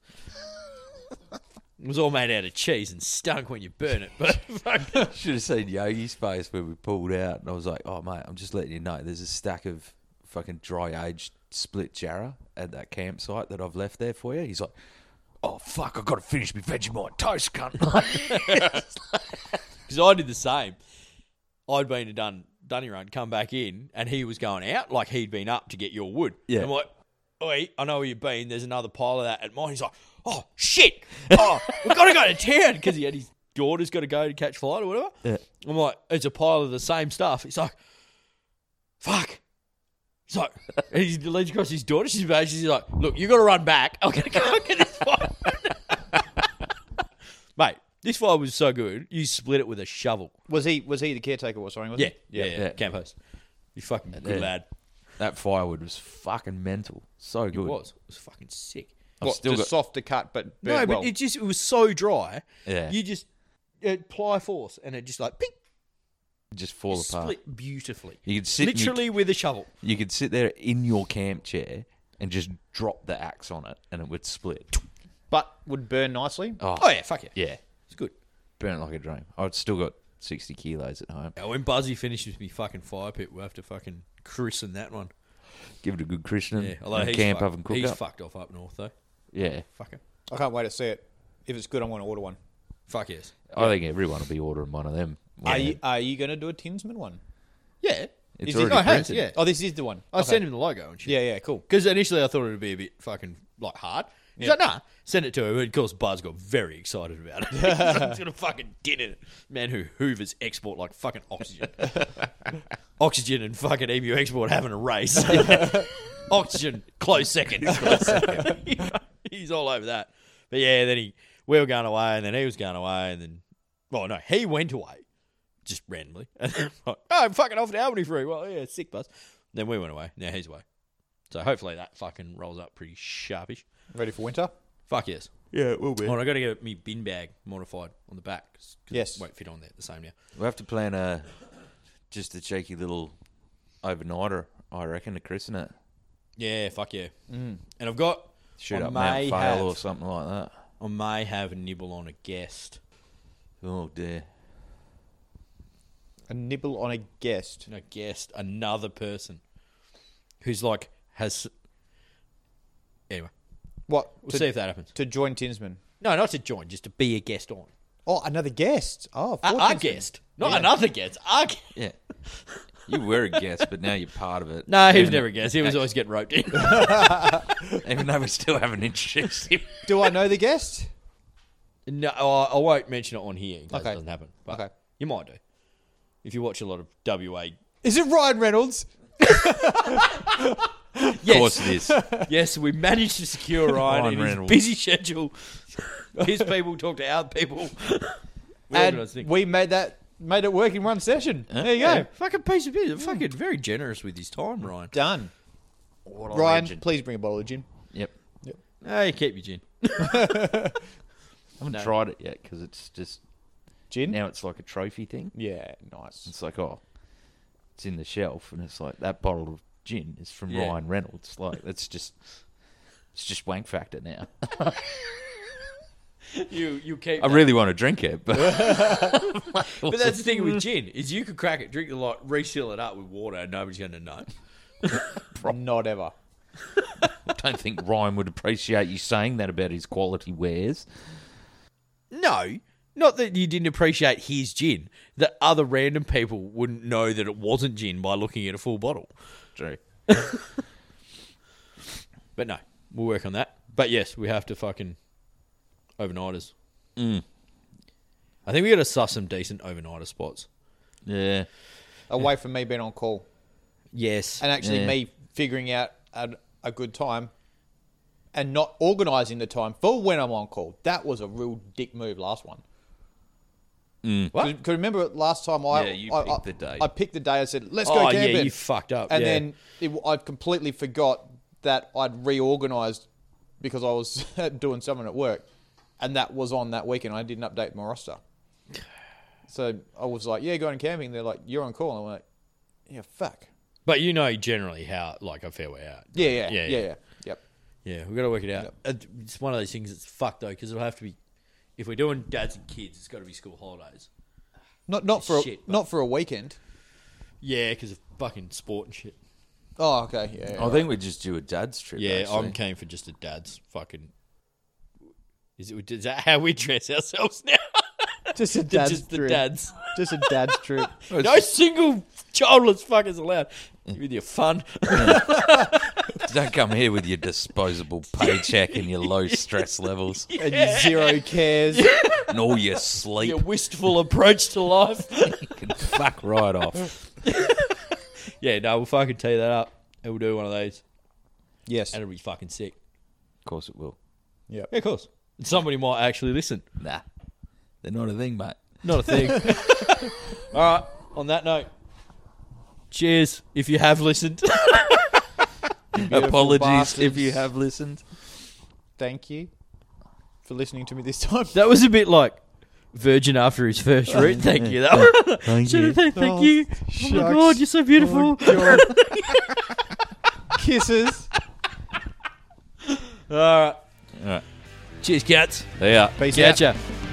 it was all made out of cheese and stunk when you burn it, but fuck. should have seen Yogi's face when we pulled out, and I was like, "Oh mate, I'm just letting you know, there's a stack of fucking dry aged split jarrah at that campsite that I've left there for you." He's like, "Oh fuck, I got to finish my Vegemite toast, cunt." [LAUGHS] Because I did the same. I'd been to Dun Dunny Run, come back in, and he was going out like he'd been up to get your wood. Yeah. I'm like, oi, I know where you've been. There's another pile of that at mine. He's like, oh, shit. [LAUGHS] Oh, we've got to go to town because he had his daughter's got to go to catch flight or whatever. Yeah. I'm like, it's a pile of the same stuff. He's like, fuck. He's like, [LAUGHS] and he leans across his daughter. She's about, she's like, [LAUGHS] [LAUGHS] look, you got to run back. I'm going to go and get this fire. Mate, This fire was so good. You split it with a shovel. Was he was he the caretaker or something? was Yeah, he? yeah, yeah. Yeah. Camp host. You fucking good Yeah. lad. That firewood was fucking mental. So good. It was. It was fucking sick. I've What, still just got- softer cut, but No, burnt but well. it just it was so dry. Yeah. You just it ply force and it just like pink Just fall apart. split beautifully. You could sit. and you- Literally with a shovel. You could sit there in your camp chair and just drop the axe on it, and it would split. but would burn nicely. Oh, Oh yeah, fuck yeah. yeah, It's good. burn it like a dream. I've still got sixty kilos at home. Yeah, when Buzzy finishes me fucking fire pit, we'll have to fucking christen that one. Give it a good christening. Yeah, although and he's camp fucked, up and cook he's up. fucked off up north though. Yeah, Fucker. I can't wait to see it. If it's good, I'm going to order one. Fuck yes. I think everyone will be ordering one of them. Are Yeah. you are you going to do a Tinsman one? Yeah. It's is it- already oh, I have, printed. yeah. Oh, this is the one. I sent him the logo and shit. Yeah, yeah, cool. Because initially I thought it would be a bit fucking like hard. He's like, nah, send it to him. And of course, Buzz got very excited about it. [LAUGHS] He's gonna fucking din it. Man who hoovers export like fucking [LAUGHS] oxygen. oxygen and fucking emu export having a [LAUGHS] race. oxygen, close second. [LAUGHS] He's all over that. But yeah, then he we were going away and then he was going away and then well no, he went away just randomly. And then, like, oh, I'm fucking off to Albany for a Well, yeah, sick bus. Then we went away. Now he's away. So hopefully that fucking rolls up pretty sharpish. Ready for winter? Fuck yes. Yeah, it will be. Oh, and I got to get me bin bag modified on the back. 'cause- 'cause Yes. it won't fit on there the same now. We'll have to plan a just a cheeky little overnighter, I reckon, to christen it. Yeah, fuck yeah. And I've got Shoot I up Mount may Fail have- or something like that. I may have a nibble on a guest. Oh dear. A nibble on a guest. A guest, another person who's like has. Anyway, What we'll to, see if that happens. to join Tinsman? No, not to join, just to be a guest on. Oh, another guest. Oh, A, four our Tinsmen. guest, not another guest. Our guest. Yeah. You were a guest, but now you're part of it. No, he was Even- never a guest. He was always getting roped in. Even though we still haven't introduced him. Do I know the guest? [LAUGHS] No, I, I won't mention it on here in case Okay. it doesn't happen. But Okay. You might do. If you watch a lot of WA. [LAUGHS] Is it Ryan Reynolds? Of course Yes, it [LAUGHS] [LAUGHS] is. yes, we managed to [LAUGHS] secure Ryan, Ryan in his Reynolds. busy schedule. [LAUGHS] His people talk to our people. We and organised things. we made that made it work in one session. There you go. yeah, fucking piece of business. Fucking very generous with his time, [LAUGHS] Ryan. Done. What a Ryan, legend. please bring a bottle of gin. Yep. Hey, keep your gin. I haven't tried it yet because it's just Gin? now it's like a trophy thing. Yeah, nice. It's like oh, it's in the shelf, and it's like that bottle of gin is from Yeah. Ryan Reynolds. Like that's just it's just wank factor now. You you [LAUGHS] keep. I that. really want to drink it, [LAUGHS] but [LAUGHS] but that's the thing [LAUGHS] with gin is you could crack it, drink the lot, reseal it up with water, and nobody's going to know. Not ever. I don't think Ryan would appreciate you saying that about his quality wares. No, not that you didn't appreciate his gin. That other random people wouldn't know that it wasn't gin by looking at a full bottle. True. But no, we'll work on that. But yes, we have to fucking overnighters. I think we got to suss some decent overnighter spots. Yeah. Away from me being on call. Yes, and actually Yeah. me figuring out a, a good time and not organising the time for when I'm on call. That was a real dick move last one. What? Because remember last time I Mm. Yeah, you I, picked I- the day. I picked the day. I said let's oh go camping, yeah, you fucked up. and yeah. then it, I completely forgot that I'd reorganised because I was [LAUGHS] doing something at work, and that was on that weekend. I didn't update my roster, so I was like, "Yeah, going camping." They're like, "You're on call," and I'm like, "Yeah, fuck." but you know generally how like a fair way out. Yeah, Yeah, yeah, yeah, yeah. yeah, Yep. Yeah, we've got to work it out. Uh, It's one of those things that's fucked though because it'll have to be. If we're doing dads and kids, it's got to be school holidays. Not not for shit, a, not for a weekend. Yeah, because of fucking sport and shit. Oh, okay. Yeah. yeah. I think we just do a dad's trip. Yeah, actually. I'm keen for just a dad's fucking. Is it? Is that how we [LAUGHS] dress ourselves now? [LAUGHS] [LAUGHS] Just a They're dad's just the [LAUGHS] trip. dads. Just a dad's [LAUGHS] trip. No single childless fuckers allowed. With your fun. [LAUGHS] [LAUGHS] Don't come here with your disposable paycheck and your [LAUGHS] low stress [LAUGHS] levels And you [LAUGHS] zero cares. and all your Your sleep. wistful approach to life. [LAUGHS] Can fuck right off. yeah, no, we'll fucking tee that up and we'll do one of those. Yes. And it'll be fucking sick. Of course it will. Yep. Yeah, of course. And somebody might actually listen. Nah. They're not a thing, mate. Not a [LAUGHS] thing. All right. On that note, cheers if you have listened. [LAUGHS] Beautiful Apologies if bastards. you have listened. Thank you for listening to me this time. That was a bit like Virgin after his first root. Oh, Thank you. That was, Thank Should I say Oh, thank you. Oh my shucks. god, you're so beautiful. Oh, [LAUGHS] God. Kisses. All right. All right. Cheers, cats. There you are. Peace out. Catch ya.